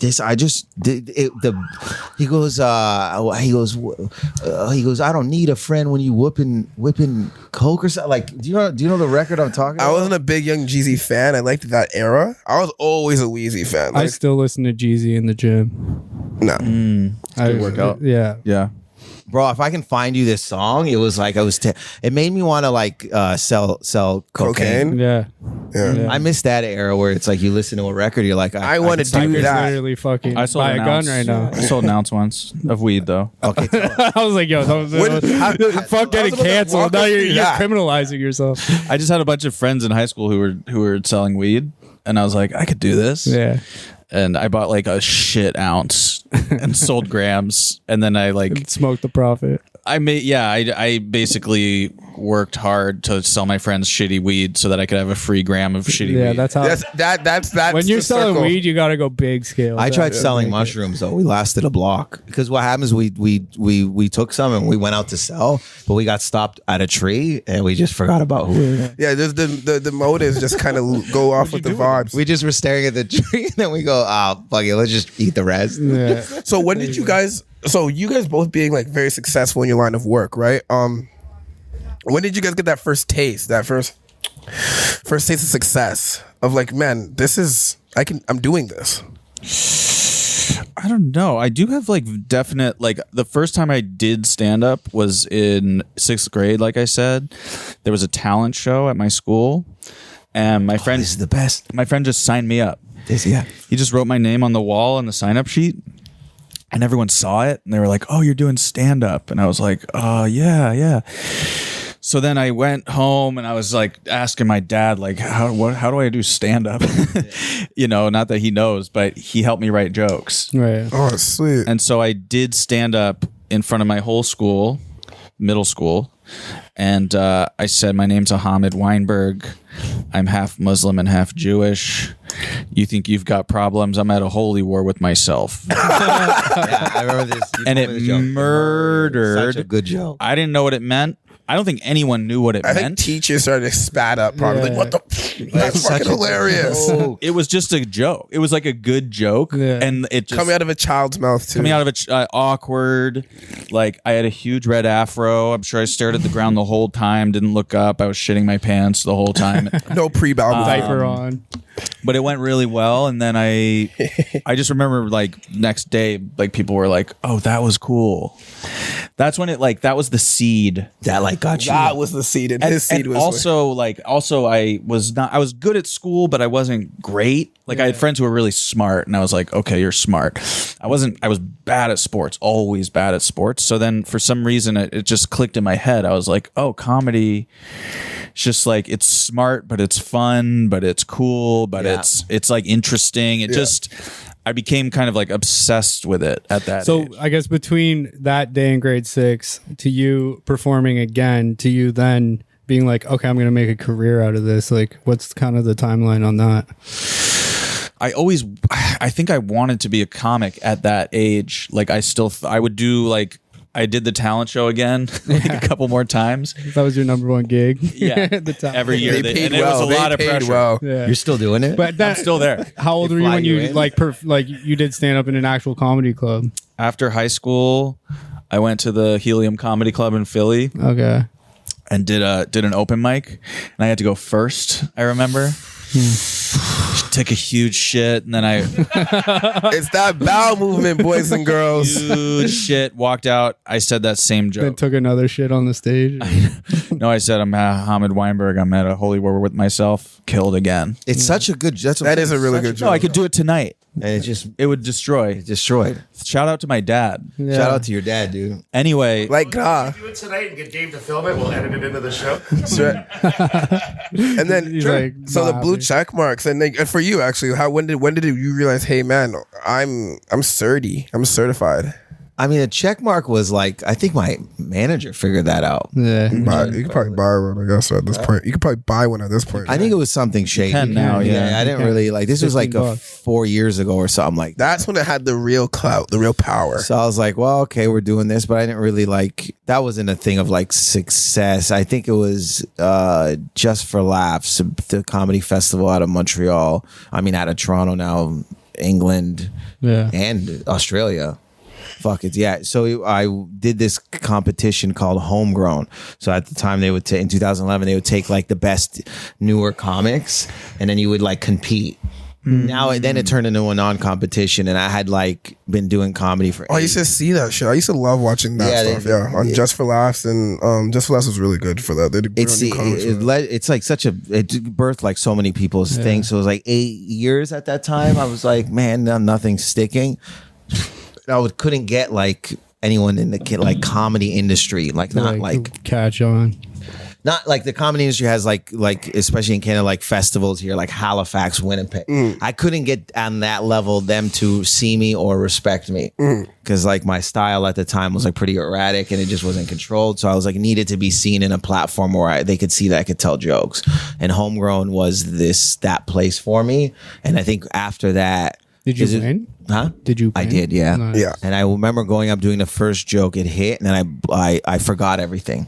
This I just did it, the. He goes. uh He goes. Uh, he goes. I don't need a friend when you whooping whipping coke or something. Like, do you know? Do you know the record I'm talking?
I
about?
wasn't a big Young Jeezy fan. I liked that era. I was always a Wheezy fan.
I Mm,
Like,
still listen to Jeezy in the gym.
no,
I
workout.
Yeah.
Yeah.
bro if i can find you this song it was like i was t- it made me want to like uh sell sell cocaine,
cocaine.
Yeah.
Yeah.
Yeah.
i miss that era where it's like you listen to a record you're like
I wanna
could start
do
It's
that.
literally fucking
I sold
buy a
an
gun
ounce.
right now.
I sold an ounce once of weed though.
I was like, yo, that was,
What- how-
fuck getting
about to walk
canceled. Now
us
you're,
through
you're
that.
criminalizing yourself.
I just had a bunch of friends in high school who were who were selling weed, and I was like, I could do this.
Yeah.
And I bought like a shit ounce and sold grams, and then I like
Smoke the profit.
I made yeah I I basically worked hard to sell my friends shitty weed so that I could have a free gram of shitty
Yeah,
weed.
that's how.
That's that. That's that.
when you're selling weed, you got to go big scale.
I tried
Yeah.
selling mushrooms though. We lasted a block because what happens? We we we we took some and we went out to sell, but we got stopped at a tree and we just forgot about who. We, were.
yeah, there's the the, the motives just kind of go off with the vibes.
we just were staring at the tree and then we go, ah, fuck it, let's just eat the rest.
Yeah.
So when did you guys? So you guys both being like very successful in your line of work, right? Um, when did you guys get that first taste? That first first taste of success of like, man, this is I can I'm doing this.
I don't know. I do have like definite like the first time I did stand up was in sixth grade. Like I said, there was a talent show at my school, and my friend
Oh, This is the best.
my friend just signed me up.
This yeah.
He just wrote my name on the wall on the sign up sheet. And everyone saw it and they were like, oh, you're doing stand up. And I was like, oh, yeah, yeah. So then I went home and I was like asking my dad, like, how, what, how do I do stand up? you know, not that he knows, but he helped me write jokes.
Right.
Oh, sweet.
And so I did stand up in front of my whole school, middle school. And uh, I said, My name's Ahmed Weinberg. I'm half Muslim and half Jewish. You think you've got problems? I'm at a holy war with myself.
yeah I remember this. You
and
told
it
me this joke.
murdered.
Such a good joke.
I didn't know what it meant. I don't think anyone knew what it
I think
meant.
teachers started to spat up probably
Yeah.
like what the That's
such
fucking
a-
hilarious.
Oh,
It was just a joke. It was like a good joke,
Yeah.
and it just
Coming out of a child's mouth too.
coming out of it uh, awkward. Like I had a huge red afro. I'm sure I stared at the ground the whole time. Didn't look up. I was shitting my pants the whole time.
no
Uh,
pre-bowel movement.
diaper on.
but it went really well and then i i just remember like next day like people were like oh that was cool that's when it like that was the seed
that like got you.
That was the seed, and,
and,
his seed
and
was
also like also i was not i was good at school but i wasn't great like i had friends who were really smart and i was like okay you're smart i wasn't i was bad at sports always bad at sports so then for some reason it, it just clicked in my head i was like oh comedy it's just like it's smart but it's fun but it's cool but it's it's like interesting it just i became kind of like obsessed with it at that
So
age.
I guess between that day in grade six to you performing again, to you then being like, okay, I'm going to make a career out of this. Like, what's kind of the timeline on that?
I always, I think I wanted to be a comic at that age. Like I still, I would do like I did the talent show again like a couple more times.
That was your number one gig.
Yeah,
At the time.
every year,
They
They-
paid
and
well.
it was a
they
lot of
paid
pressure.
well.
Yeah.
You're still doing it.
But that,
I'm still there.
How old were you
fly
when
you
you
in.
like perf- like you did stand up in an actual comedy club?
After high school, I went to the Helium Comedy Club in Philly
Okay.
and did a did an open mic, and I had to go first. I remember.
Hmm.
Took a huge shit, and then I
It's that bowel movement, boys and girls.
huge shit walked out. I said that same joke.
Then took another shit on the stage.
no, I said I'm at Hamid Weinberg. I'm at a holy war with myself. Killed again.
it's such a good. That's
That is a really good
No, I
joke.
could do it tonight.
And it just
It would destroy.
destroyed.
Shout out to my dad.
Yeah.
Shout out to your dad, dude.
Anyway,
Like God.
Do it tonight and get Dave to film it. We'll edit it into the show.
Sure. and then
Hmm. He's
sure.
like,
so the
nah,
blue
dude.
check marks and, they, and for you actually how when did when did you realize hey man i'm i'm sturdy i'm certified
I mean, a check mark was like I think my manager figured that out.
Yeah.
but you could probably buy one i guess at this point you could probably buy one at this point
I think it was something shady.
can now, yeah.
I didn't really like. This was like
15
a
bucks.
four years ago or something like that.
that's when it had the real clout the real power
So I was like, well, okay, we're doing this, but I didn't really like. That wasn't a thing of like success. I think it was uh, just for laughs, the comedy festival out of Montreal. I mean, out of Toronto now, England
Yeah.
and Australia. Fuck it, yeah. So I did this competition called Homegrown. So at the time they would ta- in 2011 they would take like the best newer comics, and then you would like compete. Now then it turned into a non-competition, and I had like been doing comedy for.
Oh, I
eight-
used to see that shit. I used to love watching that
Yeah, they-
stuff. yeah, on Just for Laughs and um, Just for Laughs was really good for that. They did
it's
really
it,
good comics for
it
that.
led, it's like such a it birthed like so many people's things. So it was like eight years at that time. I was like, man, no, nothing's sticking. I would, couldn't get like anyone in the kid like comedy industry, like not like
catch on.
not like the comedy industry has like like especially in Canada like festivals here like Halifax, Winnipeg. I couldn't get on that level them to see me or respect me because like my style at the time was like pretty erratic and it just wasn't controlled. So I was like needed to be seen in a platform where I, they could see that I could tell jokes. And Homegrown was this that place for me. And I think after that,
Did you
is it-
win?
Huh?
Did you?
I
win?
did, yeah.
Nice.
Yeah.
And I remember going up doing the first joke, it hit, and then I I, I forgot everything.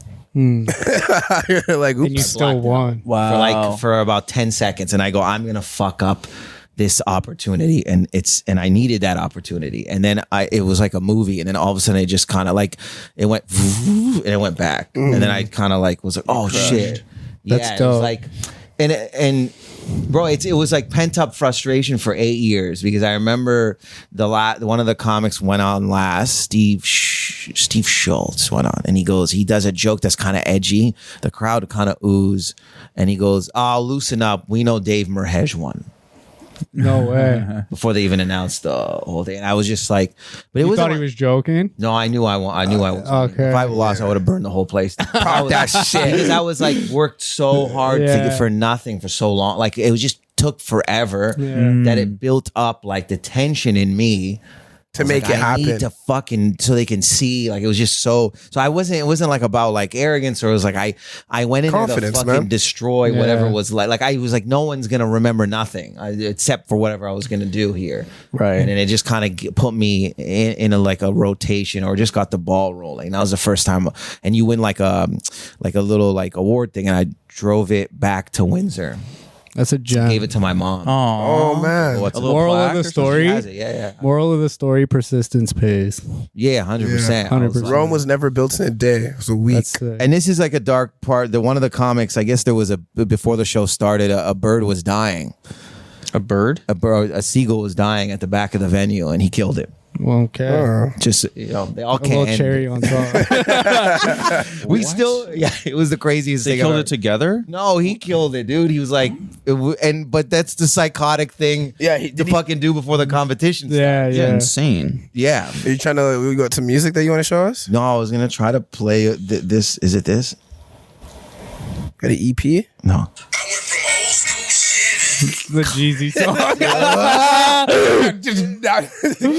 You're like,
And you
oops.
still won.
wow.
for like for about 10 seconds and I go I'm going to fuck up this opportunity and it's and I needed that opportunity and then I it was like a movie and then all of a sudden it just kind of like it went and it went back and then I kind of like was like oh shit
That's
yeah, it was
dope.
like and and bro it's it was like pent up frustration for 8 years because I remember the la- one of the comics went on last Steve Sh- Steve Schultz went on and he goes he does a joke that's kind of edgy the crowd kind of ooze and he goes oh loosen up we know Dave Merhej won
No way.
before they even announced the whole thing. And I was just like, but it
you
was,
thought he was joking.
no, I knew I won. I knew I was.
Uh, okay.
If I lost, I would have burned the whole place. I was,
that shit.
because I was like worked so hard
Yeah.
to, for nothing for so long. Like it was just took forever
Mm.
that it built up like the tension in me
to make
like,
it
I
happen.
Need to fucking so they can see. Like it was just so. So I wasn't. It wasn't like about like arrogance or it was like I. I went in there to
Confidence,
fucking
man.
destroy whatever
Yeah.
was like. Like I was like no one's gonna remember nothing uh, except for whatever I was gonna do here.
Right.
And then it just kind of put me in, in a like a rotation or just got the ball rolling. That was the first time. And um, you win like a like a little like award thing, and I drove it back to Windsor.
That's a gem.
Gave it to my mom.
Oh,
Oh man.
What's
A
a
little
Moral
plaque
of
or
the
something?
story.
Yeah, yeah,
Moral of the story: persistence pays.
yeah, hundred percent.
100%.
Rome was never built in a day. It was a week.
That's sick.
And this is like a dark part. The one of the comics, I guess there was a before the show started, a, a bird was dying.
A bird?
A bird, a seagull was dying at the back of the venue, and he killed it.
Well, okay.
uh,
Uh,
Just you know, they
a
all
little
can't. end
cherry on top.
it. We still, yeah, it was the craziest
They
thing.
killed
ever.
it together?
No, he killed it, dude. He was like, it w- and but that's the psychotic thing.
Yeah, he-
to
did he-
fucking do before the competition.
yeah,
starts.
Yeah,
yeah.
insane.
yeah.
Are you trying to? We got some music that you want to show us?
No, I was gonna try to play th- this. Is it this?
Got an EP?
No.
The Jeezy song.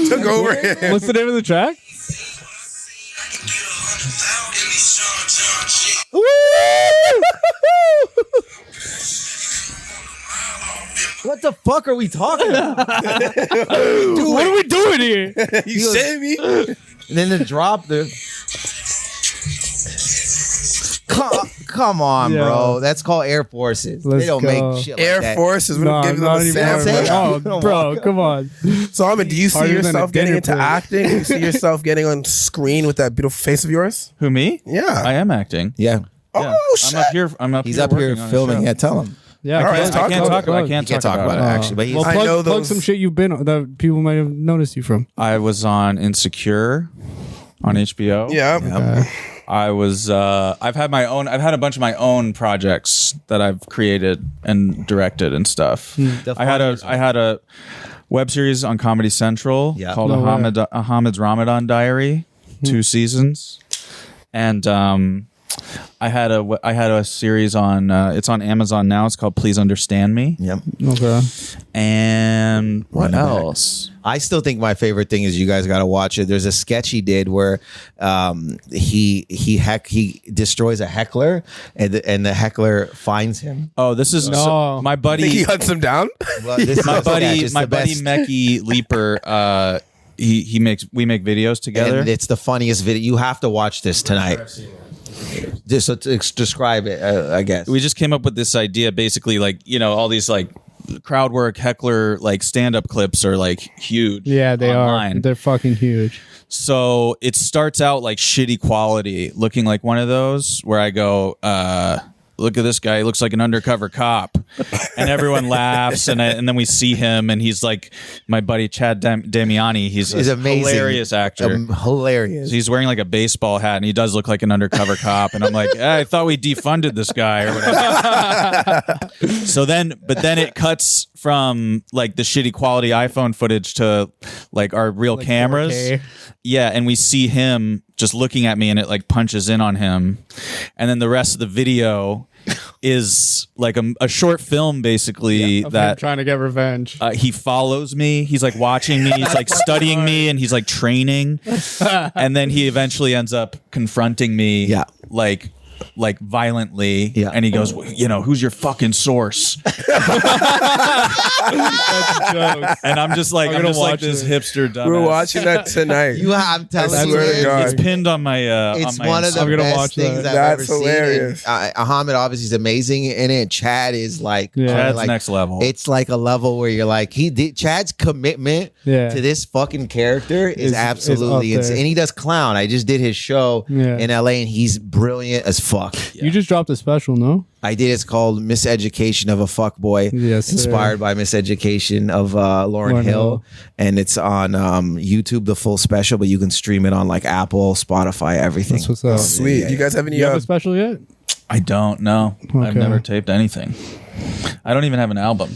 Took over.
What's the name of the track?
What the fuck are we talking about?
What are we doing here?
you saved me.
and then the drop the. Come, come on,
Yeah.
bro. That's called Air Forces.
Let's
they don't
go.
make shit like
Air
that.
Force is what
No,
I'm giving them
not
a
even.
Sam.
sample.
Oh, bro, come on.
Solomon, do you see
Harder than a
yourself getting
dinner
into
plate.
acting? Do you see yourself getting on screen with that beautiful face of yours?
Who me?
Yeah.
I am acting.
Yeah,
Yeah.
Oh
I'm up
shit.
here. I'm up
he's
here
up here
working on a
filming.
show.
Yeah, tell him.
Yeah,
All right,
I
let's
can't,
I
talk
can't
about
talk
it.
about. I can't
He can't
talk about it.
it actually, but he's
Well,
I
plug,
know
plug
those-
some shit you've been on that people might have noticed you from.
I was on Insecure on HBO.
Yeah.
I was uh I've had my own I've had a bunch of my own projects that I've created and directed and stuff. I had a I had a web series on Comedy Central
Yeah.
called
No way. Hmm.
Ahmed, Ahmed's Ramadan Diary, two seasons. And um I had a w- I had a series on uh, it's on Amazon now. It's called Please Understand Me.
Yep.
Okay.
And what
Running back.
else?
I still think my favorite thing is you guys got to watch it. There's a sketch he did where um, he he heck he destroys a heckler and the, and the heckler finds him.
Oh, this is
No.
my buddy.
Think he hunts him down?
Well, this is
my
a sketch.
buddy,
It's
my
the
buddy
best.
Mecky Leaper. Uh, he he makes we make videos together.
and it's the funniest video. You have to watch this tonight. Just so to ex- describe it, uh, I guess.
we just came up with this idea, basically, like you know, all these like crowd work heckler like stand up clips are like huge.
Yeah, they
online.
are. They're fucking huge.
So it starts out like shitty quality, looking like one of those where I go, uh, look at this guy, he looks like an undercover cop. And everyone laughs. And, I, and then we see him, and he's like my buddy Chad Dam- Damiani. He's,
He's
a
amazing.
hilarious actor.
Um, hilarious.
So he's wearing like a baseball hat and he does look like an undercover cop. And I'm like, eh, I thought we defunded this guy or whatever. so then, but then it cuts from like the shitty quality iPhone footage to like our real cameras.
4K.
Yeah. And we see him just looking at me and it like punches in on him. And then the rest of the video is like a, a short film basically that
trying to get revenge.
uh, he follows me. He's like watching me. He's like studying me, and he's like training. and then he eventually ends up confronting me.
Yeah.
Like. Like violently,
Yeah.
and he goes, "Well, you know, who's your fucking source? And I'm just like, I'm,
gonna
just like
watch
this
it.
hipster dumbass.
We're watching that tonight.
you, I'm telling
I
you,
swear to
it's-
God.
It's pinned on my. Uh,
It's
on my
one of the
Instagram.
I'm gonna
best
watch
things
that.
I've
That's
ever
hilarious.
seen. And, uh, Ahmed obviously is amazing in it. Chad is like,
Yeah.
Chad's
like-
next level.
It's like a level where you're like, he did Chad's commitment
Yeah.
to this fucking character is,
Is- is up
absolutely
there.
insane. And he does clown. I just did his show
Yeah.
in LA, and he's brilliant as fuck.
You just dropped a special, no?
I did. It's called Miseducation of a Fuckboy.
Yes, sir.
Inspired by Miseducation of uh, Lauren,
Lauryn
Hill.
Hill.
And it's on um, YouTube, the full special, but you can stream it on like Apple, Spotify, everything.
That's what's up.
Sweet. Do you guys have any
You have
uh,
a special yet?
I don't know. I've
Okay.
never taped anything. I don't even have an album.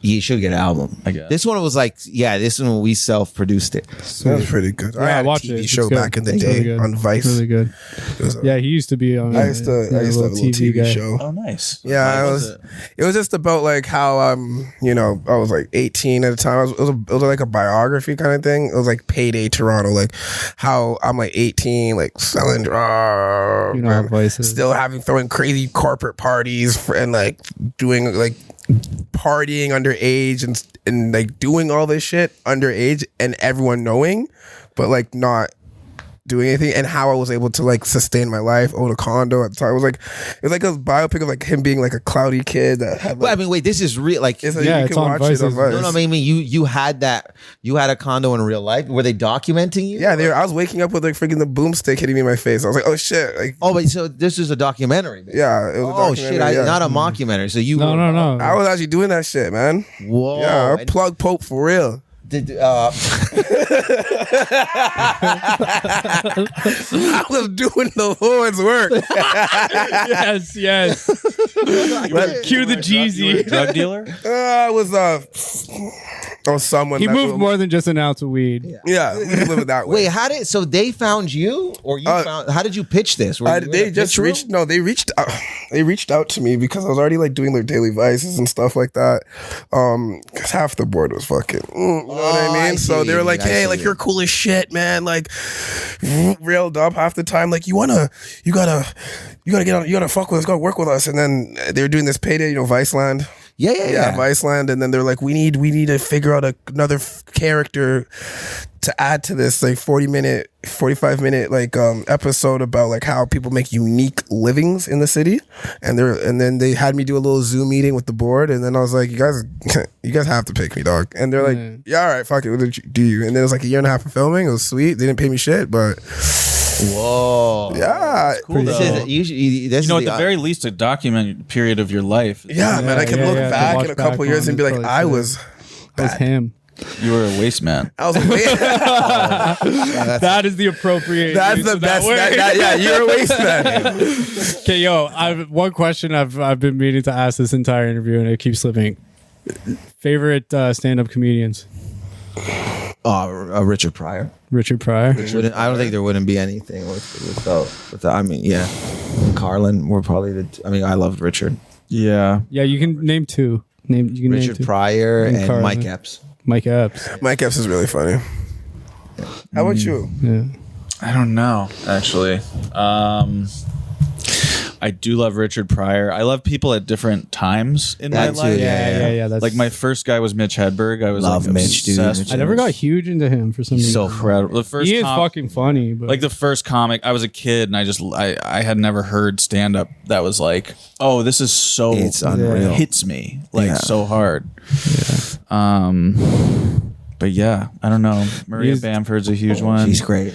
You should get an album.
I guess.
This one was like, yeah, this one we self produced it.
That was pretty good. I had a
watch
TV
It's
show
good.
back in the
It's really
day
good.
on
It's
Vice.
really good.
was a-
Yeah, he used to be on.
I used to, I used to have a little TV,
guy.
show.
Oh, nice.
Yeah,
How
I was.
was
It? was just about like how um you know I was like 18 at the time. I was, it, was a, it was like a biography kind of thing. It was like payday Toronto, like how I'm like 18, like selling drugs,
You know how Vice is.
still having throwing crazy corporate parties for, and like doing like partying underage and and like doing all this shit underage and everyone knowing, but like not doing anything and how I was able to like sustain my life, own a condo at the time. It was like it was like a biopic of like him being like a cloudy kid that had
Well, I
like,
mean, wait, this is real. Like,
it's like
yeah,
you
it's
can
on
watch
Vice,
it on
isn't it?
Vice.
no, no, I mean, you you had that. You had a condo in real life. Were they documenting you?
yeah, they were, I was waking up with like freaking the boomstick hitting me in my face. I was like, oh shit, like
Oh, wait. So this is a documentary. then?
yeah. It was a
Oh shit! I,
documentary, yeah.
Not a mockumentary. So you
No,
were-
no, no.
I was actually doing that shit, man.
Whoa!
yeah, I
Oh, And
plug Pope for real.
did, uh,
I was doing the Lord's work.
yes, yes. Cue the
You a
Jeezy.
drug dealer?
Uh, I was uh, or someone.
He
that
moved
will-
more than just an ounce of weed.
Yeah, we can live it that way.
wait, how did so they found you or you
Uh,
found? How did you pitch this? Were
Uh,
you in
they
a
just
pitch room?
reached no they reached out they reached out to me because i was already like doing their daily vices and stuff like that um 'cause half the board was fucking mm, you know what
Oh,
i
I
mean so
see,
they were like
I
hey
see.
like you're cool as shit man like railed up half the time like you wanna you gotta you gotta get on you gotta fuck with us gotta work with us and then uh, they were doing this payday you know viceland
Yeah, yeah, yeah.
yeah, Viceland, and then they're like, we need we need to figure out a, another f- character to add to this like forty minute, forty five minute like um episode about like how people make unique livings in the city, and they're and then they had me do a little Zoom meeting with the board, and then I was like, you guys, you guys have to pick me, dog, and they're like,
Mm.
yeah, all right, fuck it, we'll let you- do you, and then it was like a year and a half of filming, it was sweet, they didn't pay me shit, but ah,
Whoa!
yeah,
Cool,
This
though.
is, you should, you, this
You know, at
is
the very least, a document period of your life.
yeah, man, I can
yeah,
look
yeah, to
back
watch
in a couple
back
years
on
and be
is
like,
probably
I
sick.
was,
That's him.
You were a waste man.
I was like, man.
That is the appropriate.
That's
use
the
of that
best.
word.
That, that, yeah, you're a waste man.
Okay, yo, I've one question I've I've been meaning to ask this entire interview and it keeps slipping. Favorite uh, stand-up comedians?
oh, uh, Richard Pryor.
Richard Pryor.
Wouldn't- I don't think there wouldn't be anything with, without, without. I mean, yeah, and Carlin were probably the. T- I mean, I loved Richard,
Yeah.
Yeah, you can name two. Name you can name
Richard
two.
Pryor, and,
Carlin.
Mike Epps.
Mike Epps.
Mike Epps is really funny. How about you?
Yeah.
I don't know, actually. Um, I do love Richard Pryor. I love people at different times in
That
my life.
too, yeah,
Yeah, yeah, yeah. That's
Like my first guy was Mitch Hedberg. I was
Love
like
Mitch, dude.
obsessed
Mitch
I
with
never
him.
got huge into him for some reason.
So
incredible. The first
he is
com-
fucking funny, but
like the first comic. I was a kid and I just I I had never heard stand up that was like oh this is so
It's unreal.
hits me like
Yeah.
so hard. Um, but yeah, I don't know. Maria
He's-
Bamford's a huge one.
he's great.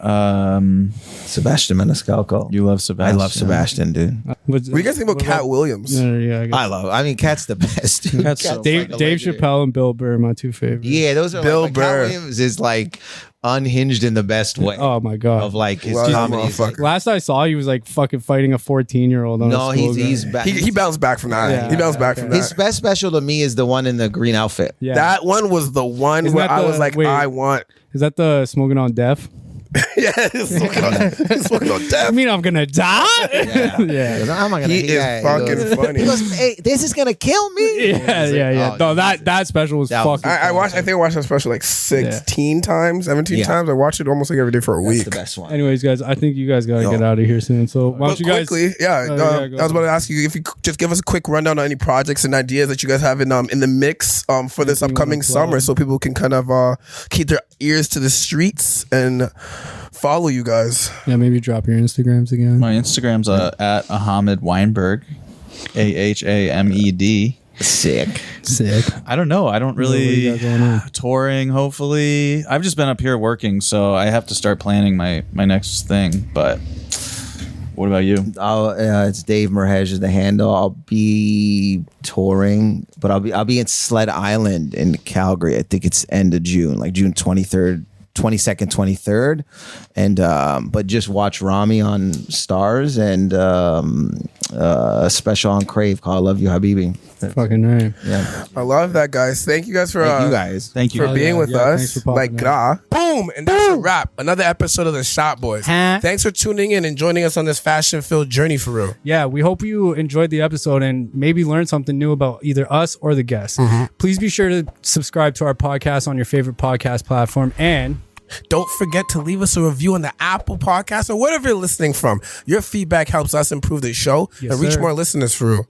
Um,
Sebastian Maniscalco.
you love
I
Sebastian.
love Sebastian, dude.
What's-
What do you guys think about
what
Cat Williams?
No, no, yeah, I guess.
I love. I mean, Cat's the best. Dude.
Cat's so
Dave, Dave Chappelle and Bill Burr, are my two favorites.
Yeah, those are
Bill
like, but Cat
Burr.
Williams is like unhinged in the best way
Oh my god.
of like his
Love that
comedy. is, like-
motherfucker.
Last I saw, he was like fucking fighting a 14 year old on
no,
a school
he's
ground.
he's back.
He, he bounced back from that.
Yeah,
he bounced back from that.
his best special to me is the one in the green outfit.
yeah.
That one was the one
Isn't
where
that
I was
the-
like,
wait.
I want.
Is that the smoking on deaf?
yes, look on- he's looking on
I
death.
mean, I'm gonna die. Yeah, yeah,
He am gonna
He
hate
is
that.
fucking
goes-
funny.
He goes, hey, this is gonna kill me.
yeah,
He's like,
yeah. no,
"Oh, Jesus."
that that special was
That was-
fucking.
I, I watched. I think I watched that special like sixteen times, seventeen
Yeah.
times. I watched it almost like every day for a
That's
week.
the best one.
Anyways, guys, I think you guys gotta get out of here soon. So why
But
don't you guys?
quickly, yeah.
Oh, yeah,
um,
go
I was about
ahead.
to ask you if you could just give us a quick rundown on any projects and ideas that you guys have in um in the mix um for this
Anything you
upcoming
wanna plug?
summer, so people can kind of uh keep their ears to the streets and follow you guys.
Yeah, maybe drop your Instagrams again.
My Instagram's uh, at Ahmed Weinberg, A H A M E D.
Sick.
Sick.
I don't know. I don't
what you
really
got going on?
touring. Hopefully, I've just been up here working, so I have to start planning my my next thing. But what about you?
I'll, uh, it's Dave Merhej is the handle. I'll be touring, but I'll be I'll be in Sled Island in Calgary. I think it's end of June, like June twenty third. 22nd 23rd and um but just watch rami on stars and um uh a special on crave called love you habibi
Fucking right.
yeah
I love that, guys. Thank you guys for
Thank you
uh,
guys
Thank you.
for being with
Oh, yeah, thanks
us.
for popping
Like,
in.
grah. boom, and that's a wrap. Another episode of the Shop Boys.
Huh?
Thanks for tuning in and joining us on this fashion-filled journey, for real.
Yeah, we hope you enjoyed the episode and maybe learned something new about either us or the guests. Please be sure to subscribe to our podcast on your favorite podcast platform and
Don't forget to leave us a review on the Apple Podcast or whatever you're listening from. Your feedback helps us improve the show
Yes,
and reach
sir.
more listeners through.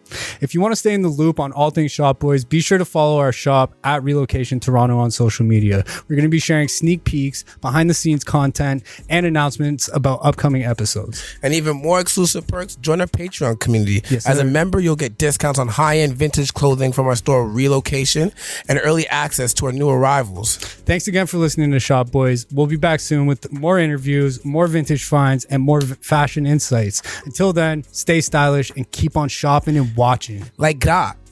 If you want to stay in the loop on all things Shop Boys, be sure to follow our shop at Relocation Toronto on social media. We're going to be sharing sneak peeks, behind the scenes content, and announcements about upcoming episodes.
and even more exclusive perks, join our Patreon community.
Yes,
As a
sir.
member, you'll get discounts on high end vintage clothing from our store relocation and early access to our new arrivals.
Thanks again for listening to Shop Boys. We'll be back soon with more interviews, more vintage finds, and more v- fashion insights. Until then, stay stylish and keep on shopping and watching.
Like God.